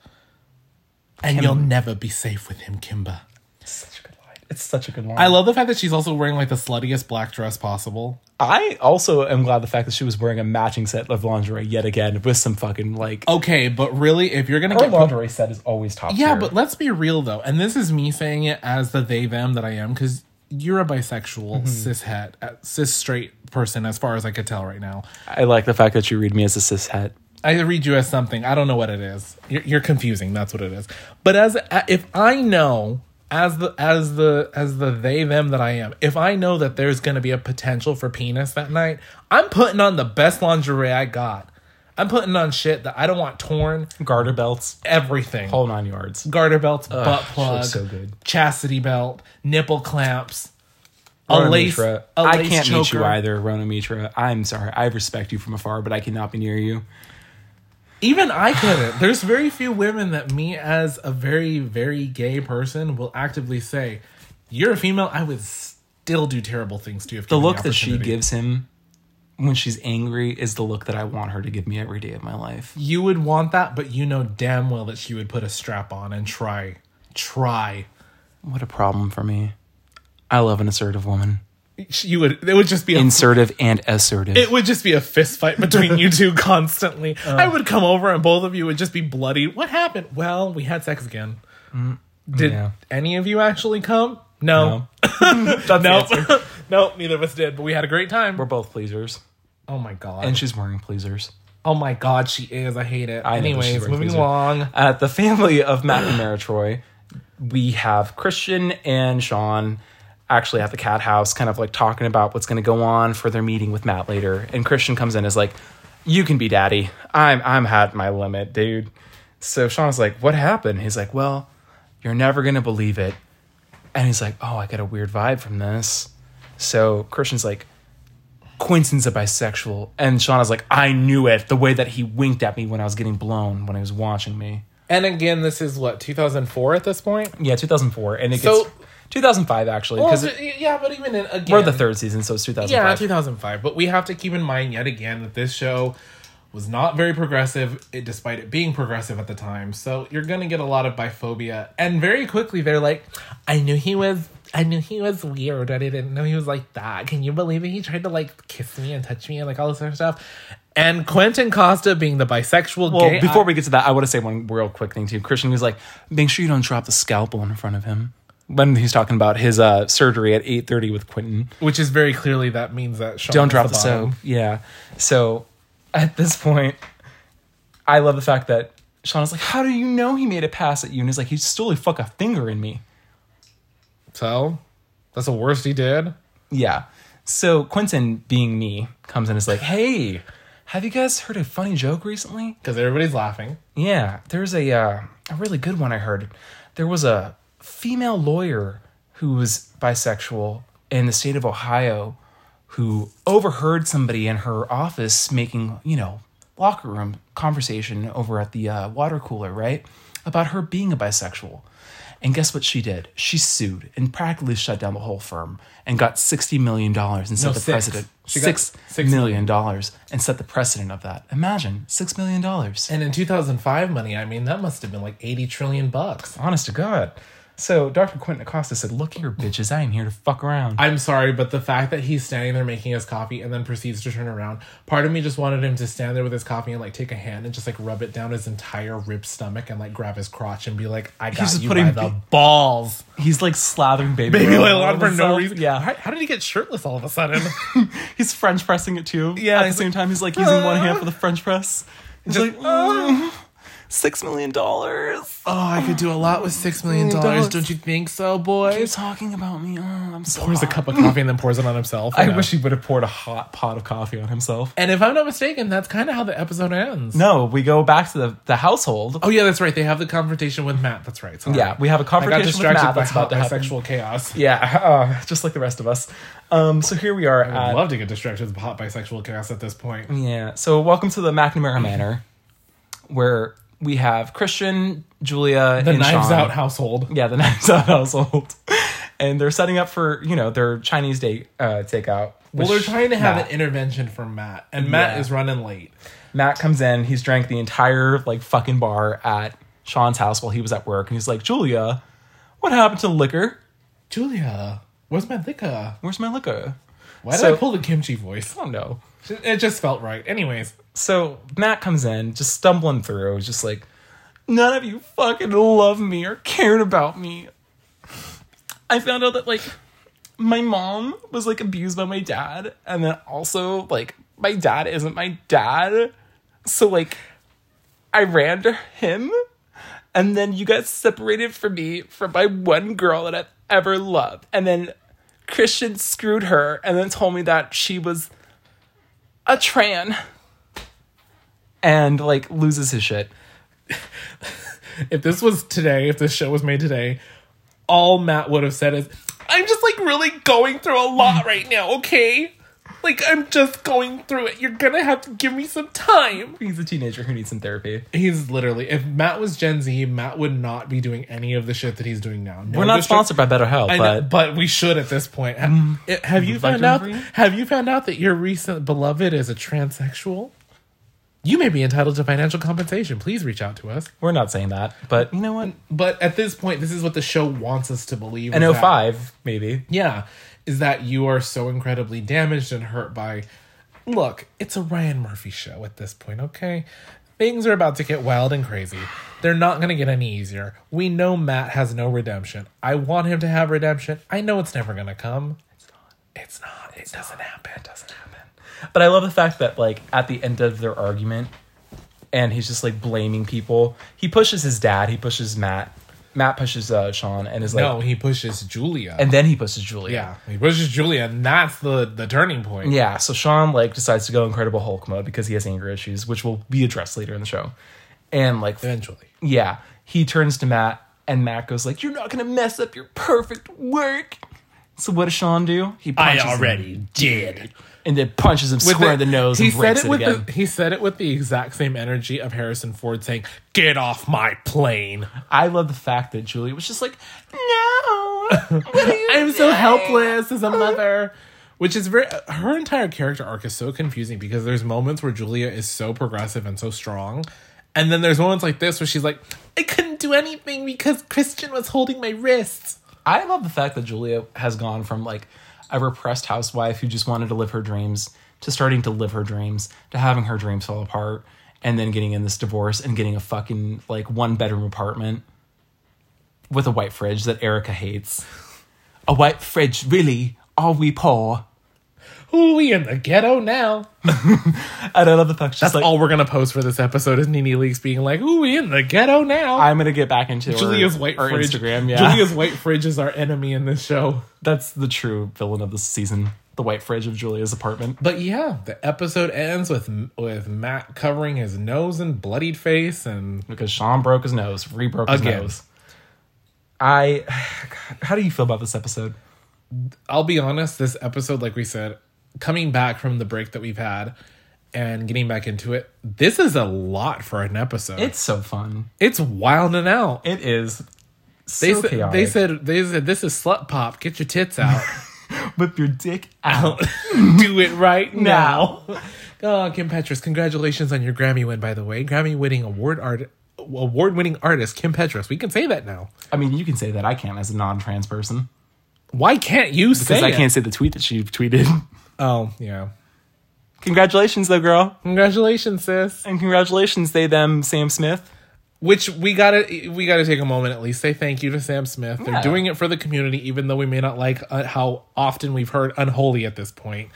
S2: And you'll never be safe with him, Kimber.
S1: Such a good line. It's such a good line.
S2: I love the fact that she's also wearing like the sluttiest black dress possible.
S1: I also am glad the fact that she was wearing a matching set of lingerie yet again with some fucking like.
S2: Okay, but really, if you're gonna
S1: Her
S2: get put-
S1: lingerie set is always top.
S2: Yeah,
S1: tier.
S2: but let's be real though, and this is me saying it as the they them that I am because you're a bisexual cis het uh, cis straight person as far as I could tell right now.
S1: I like the fact that you read me as a cishet.
S2: I read you as something I don't know what it is. You're, you're confusing. That's what it is. But as uh, if I know as the as the as the they them that I am, if I know that there's going to be a potential for penis that night, I'm putting on the best lingerie I got. I'm putting on shit that I don't want torn.
S1: Garter belts,
S2: Everything.
S1: whole nine yards.
S2: garter belts, butt
S1: she
S2: plug,
S1: looks so good.
S2: chastity belt, nipple clamps, a
S1: Rona
S2: lace,
S1: Mitra.
S2: a
S1: I
S2: lace
S1: can't
S2: choker.
S1: meet you either, Rona Mitra. I'm sorry. I respect you from afar, but I cannot be near you.
S2: Even I couldn't. There's very few women that me as a very very gay person will actively say, "You're a female." I would still do terrible things to you. If
S1: The
S2: given
S1: look that she
S2: opportunity.
S1: gives him when she's angry is the look that I want her to give me every day of my life.
S2: you would want that, but you know damn well that she would put a strap on and try, try.
S1: What a problem for me. I love an assertive woman.
S2: You would. It would just be a
S1: Insertive and assertive.
S2: It would just be a fist fight between you two constantly.
S1: Uh.
S2: I would come over and both of you would just be bloody. What happened? Well, we had sex again.
S1: Mm,
S2: Did
S1: yeah.
S2: any of you actually come? No. No. nope. nope. Neither of us did, but we had a great time.
S1: We're both pleasers.
S2: oh my god.
S1: And she's wearing pleasers.
S2: oh my god, she is. I hate it.
S1: I know she's
S2: Anyways,
S1: wearing
S2: moving
S1: pleasers.
S2: along.
S1: At the family of McNamara Troy, we have Christian and Sean actually at the cat house, kind of like talking about what's going to go on for their meeting with Matt later. And Christian comes in as like, "You can be daddy. I'm I'm at my limit, dude." So Sean's like, "What happened?" He's like, "Well, you're never going to believe it." And he's like, "Oh, I got a weird vibe from this." So Christian's like, Quinton's a bisexual. And Shauna's like, I knew it. The way that he winked at me when I was getting blown, when he was watching me.
S2: And again, this is what, 2004 at this point?
S1: Yeah, 2004. And it
S2: So-
S1: gets 2005, actually,
S2: Well,
S1: because
S2: yeah, but even in, again.
S1: we're the third season, so it's 2005.
S2: Yeah, 2005. But we have to keep in mind yet again that this show was not very progressive, it, despite it being progressive at the time. So you're gonna get a lot of biphobia, and very quickly they're like, "I knew he was." I knew he was weird. I didn't know he was like that. Can you believe it? He tried to like kiss me and touch me and like all this other stuff. And Quentin Costa being the bisexual
S1: Well,
S2: gay
S1: before we get to that, I want to say one real quick thing too. Christian was like, make sure you don't drop the scalpel in front of him. When he's talking about his uh, surgery at 8.30 with Quentin.
S2: which is very clearly that means that Sean
S1: don't
S2: is
S1: drop the,
S2: bottom.
S1: soap. Yeah. So at this point, I love the fact that Shauna's like, How do you know he made a pass at you? And he's like, He totally fuck a finger in me.
S2: So that's the worst he did.
S1: Yeah. So Quentin, being me, comes in and is like, Hey, have you guys heard a funny joke recently?
S2: Because everybody's laughing.
S1: Yeah, there's a uh, a really good one I heard. There was a female lawyer who was bisexual in the state of Ohio who overheard somebody in her office making, you know, locker room conversation over at the uh, water cooler, right? About her being a bisexual. And guess what she did? She sued and practically shut down the whole firm and got $60 million and set the
S2: six.
S1: precedent.
S2: She got
S1: $6
S2: six
S1: million dollars and set the precedent of that. Imagine $6 million. dollars.
S2: And in 2005 money, I mean, that must have been like 80 trillion bucks.
S1: Honest to God. So Dr. Quentin Acosta said, Look here, bitches, I am here to fuck around.
S2: I'm sorry, but the fact that he's standing there making his coffee and then proceeds to turn around, part of me just wanted him to stand there with his coffee and like take a hand and just like rub it down his entire ripped stomach and like grab his crotch and be like, I got
S1: just
S2: you
S1: putting
S2: by the
S1: ba-
S2: balls.
S1: He's like slathering baby,
S2: Baby
S1: oil
S2: oil
S1: all
S2: on
S1: over
S2: for no
S1: himself.
S2: reason.
S1: Yeah.
S2: How, how did he get shirtless all of a sudden?
S1: He's French pressing it too.
S2: Yeah,
S1: At the
S2: he's
S1: same
S2: like,
S1: time, he's like using one hand
S2: "Ah."
S1: for the French press. He's
S2: Just-
S1: like, "Mm, Six million dollars.
S2: oh, I could do a lot with six million
S1: dollars.
S2: you think so,
S1: You're
S2: boys?
S1: talking about me. Oh, I'm so
S2: Pours a
S1: hot."
S2: cup of coffee and then pours it on himself.
S1: I
S2: you know.
S1: wish he would have poured a hot pot of coffee on himself.
S2: And if I'm not mistaken, that's kind of how the episode ends.
S1: No, we go back to the, the household.
S2: Oh yeah, that's right. They have the confrontation with Matt. That's right. Sorry.
S1: Yeah, we have a confrontation
S2: I got
S1: with
S2: distracted
S1: Matt
S2: by
S1: that's about
S2: hot
S1: to happen.
S2: bisexual chaos.
S1: Yeah, uh, just like the rest of us. Um, so here we are
S2: I'd
S1: at
S2: love to get distracted with hot bisexual chaos at this point.
S1: Yeah. So welcome to the McNamara Manor, where we have Christian, Julia,
S2: The
S1: and
S2: knives
S1: Sean.
S2: out household.
S1: Yeah, the knives out household, and they're setting up for you know their Chinese day uh, takeout.
S2: Well, they're
S1: which
S2: trying to have
S1: Matt,
S2: an intervention from Matt, and Matt
S1: Yeah.
S2: is running late.
S1: Matt comes in. He's drank the entire like fucking bar at Sean's house while he was at work, and he's like, Julia, what happened to liquor?
S2: Julia, where's my liquor?
S1: Where's my liquor?
S2: Why did
S1: So-
S2: I pull the kimchi voice?
S1: Oh no.
S2: It just felt right. Anyways,
S1: So Matt comes in, just stumbling through, just like, none of you fucking love me or cared about me. I found out that like my mom was like abused by my dad, and then also like my dad isn't my dad. So like I ran to him, and then you got separated from me from my one girl that I've ever loved. And then Christian screwed her and then told me that she was a tran. and like loses his shit.
S2: If this was today, if this show was made today, all Matt would have said is, I'm just like really going through a lot right now, okay? Like, I'm just going through it. You're gonna have to give me some time.
S1: He's a teenager who needs some therapy.
S2: He's literally, if Matt was Gen Z, Matt would not be doing any of the shit that he's doing now. No
S1: We're not
S2: distra-
S1: sponsored by BetterHelp,
S2: I know,
S1: but Mm.
S2: but we should at this point. Have, eh, have you
S1: would like
S2: found
S1: to
S2: out?
S1: intervene?
S2: Have you found out that your recent beloved is a transsexual? You may be entitled to financial compensation. Please reach out to us.
S1: we're not saying that. But you know what?
S2: But at this point, this is what the show wants us to believe.
S1: An
S2: is that-
S1: 05, maybe.
S2: yeah, is that you are so incredibly damaged and hurt by. Look, it's a Ryan Murphy show at this point, okay? Things are about to get wild and crazy. They're not going to get any easier. We know Matt has no redemption. I want him to have redemption. I know it's never going to come. It's not. It doesn't happen. It doesn't happen.
S1: But I love the fact that like at the end of their argument, and he's just like blaming people. He pushes his dad. He pushes Matt. Matt pushes uh, Sean, and is like,
S2: No, he pushes Julia.
S1: and then he pushes Julia.
S2: yeah, he pushes Julia, and that's the the turning point.
S1: Yeah, so Sean like decides to go Incredible Hulk mode because he has anger issues, which will be addressed later in the show. And like
S2: Eventually.
S1: yeah, he turns to Matt and Matt goes like, "You're not going to mess up your perfect work." So what does Sean do? He punches him
S2: did.
S1: and then punches him
S2: with
S1: square in the nose and breaks
S2: said
S1: it,
S2: with
S1: again.
S2: The, he said it with the exact same energy of Harrison Ford saying, "Get off my plane."
S1: I love the fact that Julie was just like, "No." what are you
S2: I'm so
S1: doing?"
S2: helpless as a mother. Which is very her entire character arc is so confusing because there's moments where Julia is so progressive and so strong, and then there's moments like this where she's like, "I couldn't do anything because Christian was holding my wrists."
S1: I love the fact that Julia has gone from like a repressed housewife who just wanted to live her dreams to starting to live her dreams to having her dreams fall apart and then getting in this divorce and getting a fucking like one bedroom apartment with a white fridge that Erica hates. A white fridge, really? Are we poor?
S2: Ooh, we in the ghetto now.
S1: And I love the fact she's like,
S2: All we're gonna post for this episode is Nene Leaks being like, "Ooh, we in the ghetto now."
S1: I'm gonna get back into her-
S2: Julia's white
S1: her
S2: fridge.
S1: Instagram. Yeah,
S2: Julia's white fridge is our enemy in this show.
S1: that's the true villain of the season. The white fridge of Julia's apartment.
S2: But yeah, the episode ends with with Matt covering his nose and bloodied face, and
S1: because Sean broke his nose, rebroke his
S2: Again.
S1: nose. I, God, how do you feel about this episode?
S2: I'll be honest, this episode, like we said, coming back from the break that we've had and getting back into it, this is a lot for an episode.
S1: It's so fun.
S2: it's wilding out.
S1: It is. So
S2: They, said,
S1: chaotic.
S2: they said they said this is slut pop. Get your tits out.
S1: whip your dick out.
S2: Do it right now. Oh, Kim Petras, congratulations on your Grammy win, by the way. Grammy winning award art award winning artist Kim Petras. We can say that now.
S1: I mean, you can say that. I can't as a non-trans person
S2: Why can't you say
S1: because I
S2: it?
S1: can't say the tweet that she tweeted.
S2: Oh, yeah.
S1: congratulations, though, girl,
S2: Congratulations, sis.
S1: and congratulations, they them Sam Smith.
S2: Which we gotta we gotta take a moment at least say thank you to Sam Smith. They're
S1: Yeah.
S2: doing it for the community, even though we may not like uh, how often we've heard unholy at this point.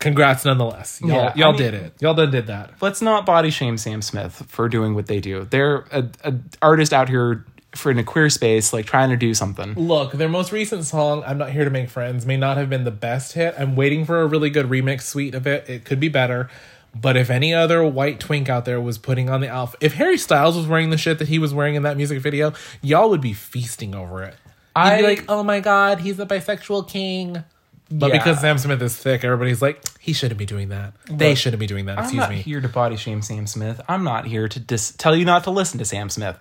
S2: Congrats, nonetheless. Y'all,
S1: Yeah, I
S2: y'all
S1: mean-
S2: did it. Y'all done did that.
S1: Let's not body shame Sam Smith for doing what they do. They're a, a artist out here for in a queer space, like trying to do something.
S2: Look, their most recent song, I'm Not Here to Make Friends, may not have been the best hit. I'm waiting for a really good remix suite of it. It could be better. But if any other white twink out there was putting on the outfit, if Harry Styles was wearing the shit that he was wearing in that music video, y'all would be feasting over it. I'd be
S1: I-
S2: like, oh my god, he's a bisexual king. But
S1: Yeah.
S2: because Sam Smith is thick, everybody's like, he shouldn't be doing that. They shouldn't be doing that.
S1: I'm
S2: Excuse
S1: not
S2: me.
S1: here to body shame Sam Smith. I'm not here to dis- tell you not to listen to Sam Smith.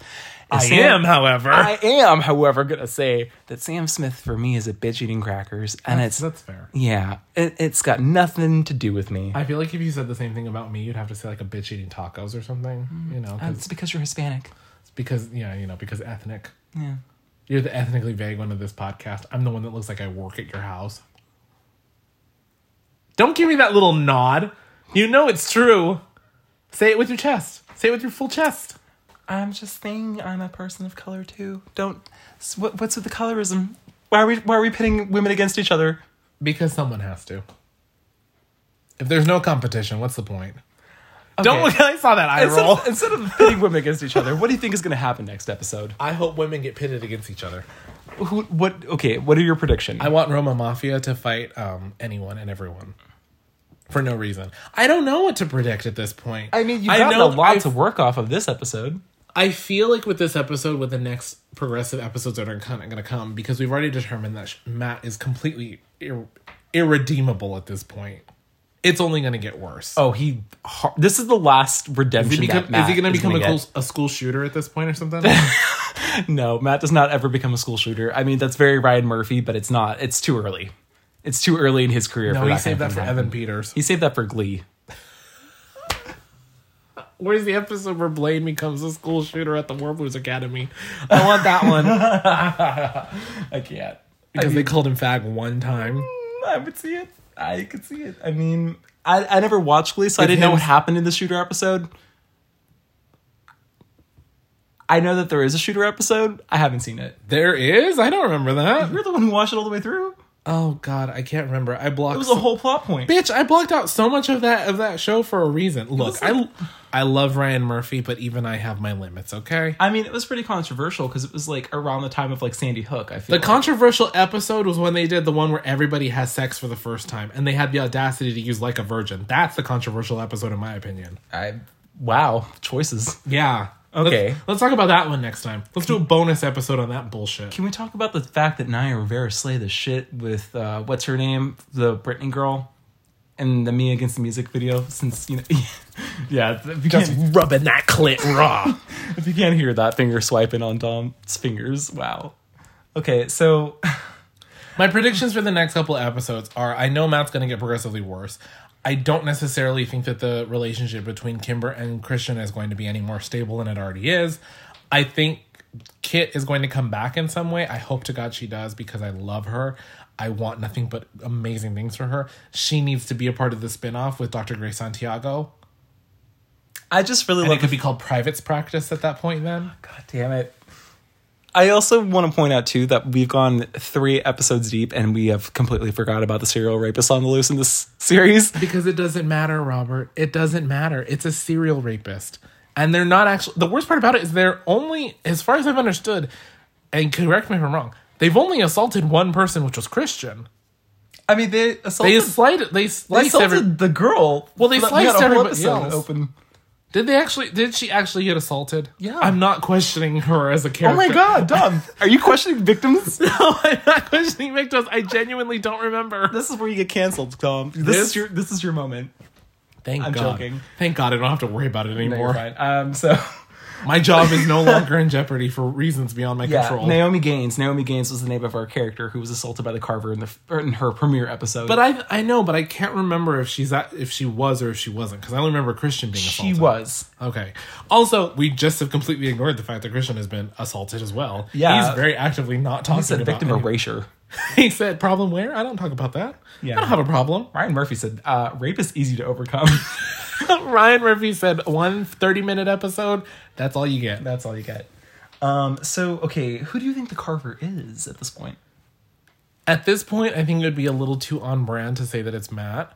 S2: I
S1: Sam-
S2: am, however.
S1: I am, however, gonna say that Sam Smith for me is a bitch eating crackers, and it's
S2: That's fair.
S1: yeah, it, it's got nothing to do with me.
S2: I feel like if you said the same thing about me, you'd have to say like a bitch eating tacos or something.
S1: Mm-hmm.
S2: You know, 'cause-
S1: it's because you're Hispanic.
S2: because yeah, you know, because ethnic. Yeah. You're the ethnically vague one of this podcast. I'm the one that looks like I work at your house. Don't give me that little nod. You know it's true. Say it with your chest. Say it with your full chest.
S1: I'm just saying I'm a person of color too. Don't s- what, what's with the colorism? Why are we why are we pitting women against each other?
S2: Because someone has to. If there's no competition, what's the point? Don't
S1: Okay.
S2: look I saw that eye
S1: Instead
S2: roll.
S1: of, instead of pitting women against each other, what do you think is going to happen next episode?
S2: I hope women get pitted against each other.
S1: Who? What? Okay. What are your predictions?
S2: I want Roma Mafia to fight um, anyone and everyone. for no reason. I don't know what to predict at this point.
S1: I mean, you've gotten
S2: know
S1: a lot
S2: I've-
S1: to work off of this episode.
S2: I feel like with this episode, with the next progressive episodes that are kind of going to come, because we've already determined that sh- Matt is completely ir- irredeemable at this point. It's only going to get worse.
S1: Oh, he. har- This is the last
S2: Is
S1: redemption.
S2: he, become-
S1: that Matt
S2: is he going to become
S1: gonna
S2: a,
S1: get.
S2: cool, a school shooter at this point or something?
S1: No, Matt does not ever become a school shooter. I mean, that's very Ryan Murphy, but it's not. It's too early. It's too early in his career.
S2: no,
S1: for
S2: he
S1: that kind
S2: saved
S1: of
S2: that
S1: thing
S2: for
S1: to happen.
S2: Evan Peters.
S1: He saved that for Glee.
S2: Where's the episode where Blade becomes a school shooter at the Warblers Academy? I want that one
S1: I can't.
S2: because they called him fag one time.
S1: I would see it. I could see it. I mean, I, I never watched Glee, so I
S2: With
S1: didn't
S2: him-
S1: know what happened in the shooter episode. I know that there is a shooter episode. I haven't seen it.
S2: There is. I don't remember that.
S1: You're the one who watched it all the way through.
S2: Oh God, I can't remember. I blocked.
S1: It was a whole plot point.
S2: Bitch, I blocked out so much of that of that show for a reason. Look,
S1: was like-
S2: I I love Ryan Murphy, but even I have my limits, okay?
S1: I mean, it was pretty controversial because it was like around the time of like Sandy Hook. I feel
S2: The
S1: like.
S2: controversial episode was when they did the one where everybody has sex for the first time and they had the audacity to use like a virgin. That's the controversial episode in my opinion.
S1: I, wow choices.
S2: Yeah.
S1: Okay.
S2: Let's, let's talk about that one next time. Let's do a bonus episode on that bullshit.
S1: Can we talk about the fact that Naya Rivera slayed the shit with uh, what's her name, the Britney girl, and the Me Against the Music video? Since you know, yeah, if you,
S2: Just
S1: can't,
S2: rubbing that clit raw.
S1: if you can't hear that finger swiping on Dom's fingers, wow. Okay, so
S2: My predictions for the next couple of episodes are I know Matt's going to get progressively worse. I don't necessarily think that the relationship between Kimber and Christian is going to be any more stable than it already is. I think Kit is going to come back in some way. I hope to God she does because I love her. I want nothing but amazing things for her. She needs to be a part of the spinoff with Dr. Gray Santiago.
S1: I just really
S2: And it
S1: like.
S2: could be called Private's Practice at that point then.
S1: God damn it. I also want to point out too that we've gone three episodes deep and we have completely forgot about the serial rapist on the loose in this series.
S2: Because it doesn't matter, Robert. It doesn't matter. It's a serial rapist. And they're not actually. The worst part about it is they're only, as far as I've understood, and correct me if I'm wrong, they've only assaulted one person, which was Christian.
S1: I mean, they assaulted
S2: They slighted.
S1: Oh.
S2: They
S1: They
S2: sliced
S1: assaulted
S2: every.
S1: the girl.
S2: Well, they
S1: We had
S2: sliced
S1: a whole
S2: everybody
S1: episode
S2: else.
S1: Open.
S2: Did they actually? Did she actually get assaulted?
S1: Yeah.
S2: I'm not questioning her as a
S1: Oh
S2: character.
S1: my god, Dom! Are you questioning victims?
S2: No, I'm not questioning victims. I genuinely don't remember.
S1: this is where you get canceled, Dom. This,
S2: This-
S1: is your this is your moment.
S2: Thank
S1: I'm
S2: God.
S1: joking.
S2: Thank God I don't have to worry about it anymore.
S1: Um, so
S2: my job is no longer in jeopardy for reasons beyond my
S1: yeah,
S2: control.
S1: Naomi Gaines. Naomi Gaines was the name of our character who was assaulted by the Carver in the or in her premiere episode.
S2: But I I know, but I can't remember if she's at, if she was or if she wasn't because I only remember Christian being
S1: she
S2: assaulted.
S1: was.
S2: Okay. Also, we just have completely ignored the fact that Christian has been assaulted as well.
S1: Yeah.
S2: He's very actively not talking
S1: He said
S2: about
S1: victim
S2: any-
S1: erasure.
S2: He said problem where? I don't talk about that.
S1: Yeah.
S2: I don't have a problem.
S1: Ryan Murphy said uh, rape is easy to overcome.
S2: Ryan Murphy said one 30 minute episode. That's all you get.
S1: That's all you get. Um, so okay, who do you think the Carver is at this point?
S2: At this point, I think it would be a little too on brand to say that it's Matt.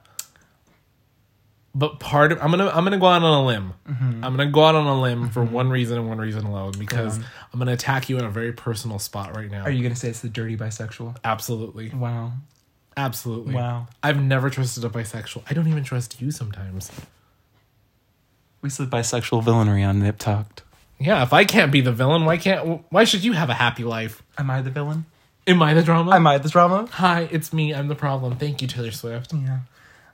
S2: But part of I'm gonna I'm gonna go out on a limb.
S1: Mm-hmm.
S2: I'm gonna go out on a limb for one reason and one reason alone because I'm gonna attack you in a very personal spot right now.
S1: Are you gonna say it's the dirty bisexual?
S2: absolutely,
S1: Wow.
S2: absolutely.
S1: Wow.
S2: I've never trusted a bisexual. I don't even trust you sometimes.
S1: We said bisexual villainy on Nip Talked.
S2: Yeah, if I can't be the villain, why can't why should you have a happy life?
S1: Am I the villain?
S2: Am I the drama?
S1: Am I the drama?
S2: Hi, it's me. I'm the problem. Thank you, Taylor Swift.
S1: Yeah.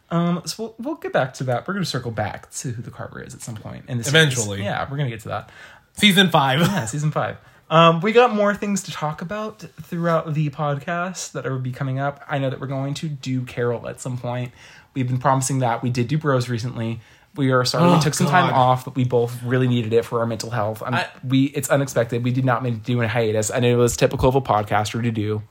S1: Um, so we'll, we'll get back to that. We're going to circle back to who the Carver is at some point. In the series.
S2: Eventually.
S1: Yeah, we're going to get to that.
S2: Season five.
S1: Yeah, season five. Um, we got more things to talk about throughout the podcast that are be coming up. I know that we're going to do Carol at some point. We've been promising that. We did do Bros recently. We are sorry
S2: Oh,
S1: we took some time
S2: God.
S1: off, but we both really needed it for our mental health. I'm,
S2: I-
S1: we it's unexpected. We did not mean to do a hiatus. I know it was typical of a podcaster to do.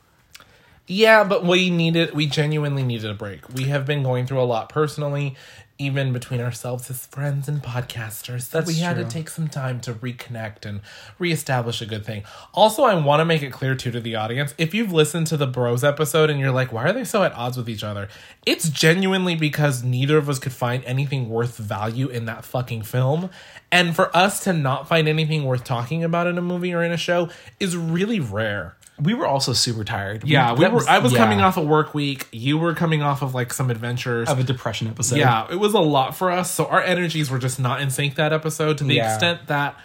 S2: Yeah, but we needed we genuinely needed a break. We have been going through a lot personally, even between ourselves as friends and podcasters.
S1: That's
S2: That we had to
S1: true.
S2: take some time to reconnect and reestablish a good thing. Also, I want to make it clear too to the audience, if you've listened to the Bros episode and you're like, why are they so at odds with each other? It's genuinely because neither of us could find anything worth value in that fucking film. And for us to not find anything worth talking about in a movie or in a show is really rare.
S1: we were also super tired.
S2: Yeah, we
S1: that
S2: were. I was
S1: yeah,
S2: coming off a work week. You were coming off of like some adventures.
S1: of a depression episode.
S2: yeah, it was a lot for us. So our energies were just not in sync that episode to the
S1: Yeah.
S2: extent that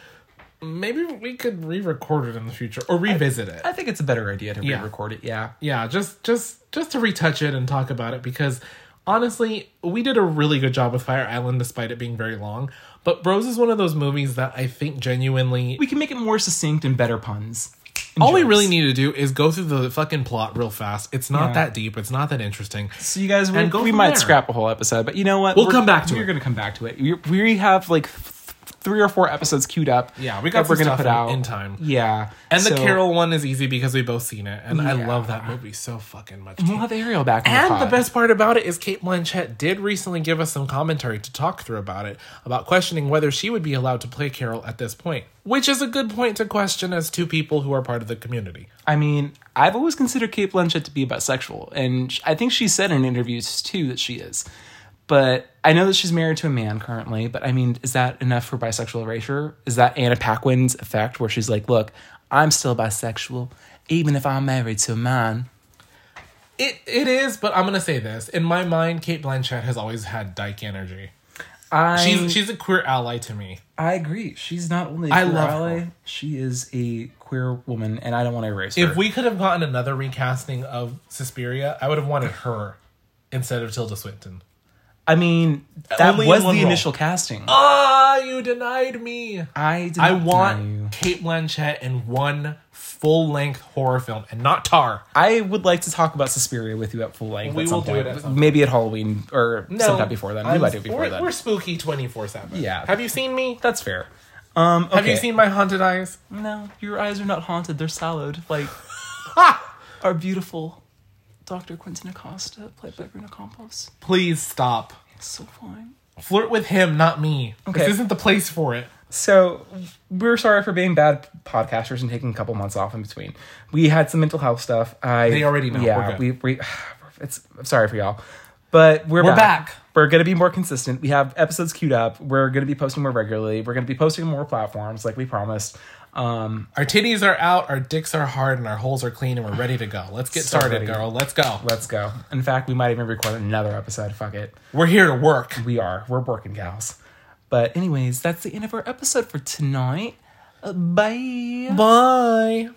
S2: maybe we could re-record it in the future or revisit it.
S1: I think it's a better idea to
S2: Yeah.
S1: re-record it. Yeah,
S2: yeah, just just just to retouch it and talk about it because honestly, we did a really good job with Fire Island despite it being very long. But Bros is one of those movies that I think genuinely
S1: we can make it more succinct and better puns. and
S2: all we
S1: jokes.
S2: really need to do is go through the fucking plot real fast. It's not
S1: Yeah.
S2: that deep. It's not that interesting.
S1: So you guys, we,
S2: And go
S1: we
S2: from
S1: might
S2: there.
S1: scrap a whole episode, but you know what?
S2: We'll come back to
S1: we're
S2: it.
S1: We're going to come back to it. We, we have like th- three or four episodes queued up.
S2: Yeah, we got
S1: that we're
S2: some
S1: gonna
S2: stuff
S1: put out
S2: in time.
S1: Yeah,
S2: And the
S1: so-
S2: Carol one is easy because we both seen it, and I
S1: Yeah.
S2: love that movie so fucking much.
S1: We'll have Ariel back. on
S2: And the
S1: pod.
S2: best part about it is Kate Blanchett did recently give us some commentary to talk through about it, about questioning whether she would be allowed to play Carol at this point, which is a good point to question as two people who are part of the community.
S1: I mean, I've always considered Kate Blanchett to be bisexual, and sh- I think she said in interviews too that she is. But I know that she's married to a man currently. But I mean, is that enough for bisexual erasure? Is that Anna Paquin's effect, where she's like, "Look, I'm still bisexual, even if I'm married to a man."
S2: It it is, but I'm gonna say this in my mind, Kate Blanchett has always had dyke energy.
S1: I
S2: She's she's a queer ally to me.
S1: I agree. She's not only a
S2: I
S1: queer
S2: love
S1: ally,
S2: her.
S1: she is a queer woman, and I don't want to erase her.
S2: If we could have gotten another recasting of Suspiria, I would have wanted her instead of Tilda Swinton.
S1: I mean, that
S2: Only in
S1: was the
S2: one role.
S1: initial casting.
S2: Ah, you denied me.
S1: Uh, I did
S2: I
S1: not
S2: want
S1: deny you.
S2: Kate Blanchett in one full length horror film and not Tar.
S1: I would like to talk about Suspiria with you at full length.
S2: We
S1: at some
S2: will do
S1: point.
S2: it at some
S1: maybe at Halloween or sometime before then. We
S2: I'm-
S1: might do it before
S2: we're,
S1: then.
S2: We're spooky 24 7.
S1: Yeah.
S2: Have you seen me?
S1: That's fair. Um,
S2: Have you
S1: okay.
S2: seen my haunted eyes?
S1: No, your eyes are not haunted. They're sallow, like our beautiful Dr. Quentin Acosta, played by Bruno Campos.
S2: Please stop.
S1: So fine.
S2: Flirt with him, not me.
S1: Okay.
S2: This isn't the place for it.
S1: So we're sorry for being bad podcasters and taking a couple months off in between. We had some mental health stuff. I
S2: They already know. We're
S1: Yeah,
S2: good.
S1: we, we it's I'm sorry for y'all, but we're
S2: We're
S1: back.
S2: back.
S1: We're gonna be more consistent. We have episodes queued up. We're gonna be posting more regularly. We're gonna be posting on more platforms, like we promised. Um,
S2: Our titties are out, our dicks are hard, and our holes are clean, and we're ready to go. Let's get
S1: So
S2: started,
S1: ready.
S2: girl. Let's go.
S1: let's go. In fact, we might even record another episode. Fuck it.
S2: We're here to work.
S1: We are. We're working, gals. But anyways, that's the end of our episode for tonight. Uh, Bye.
S2: Bye.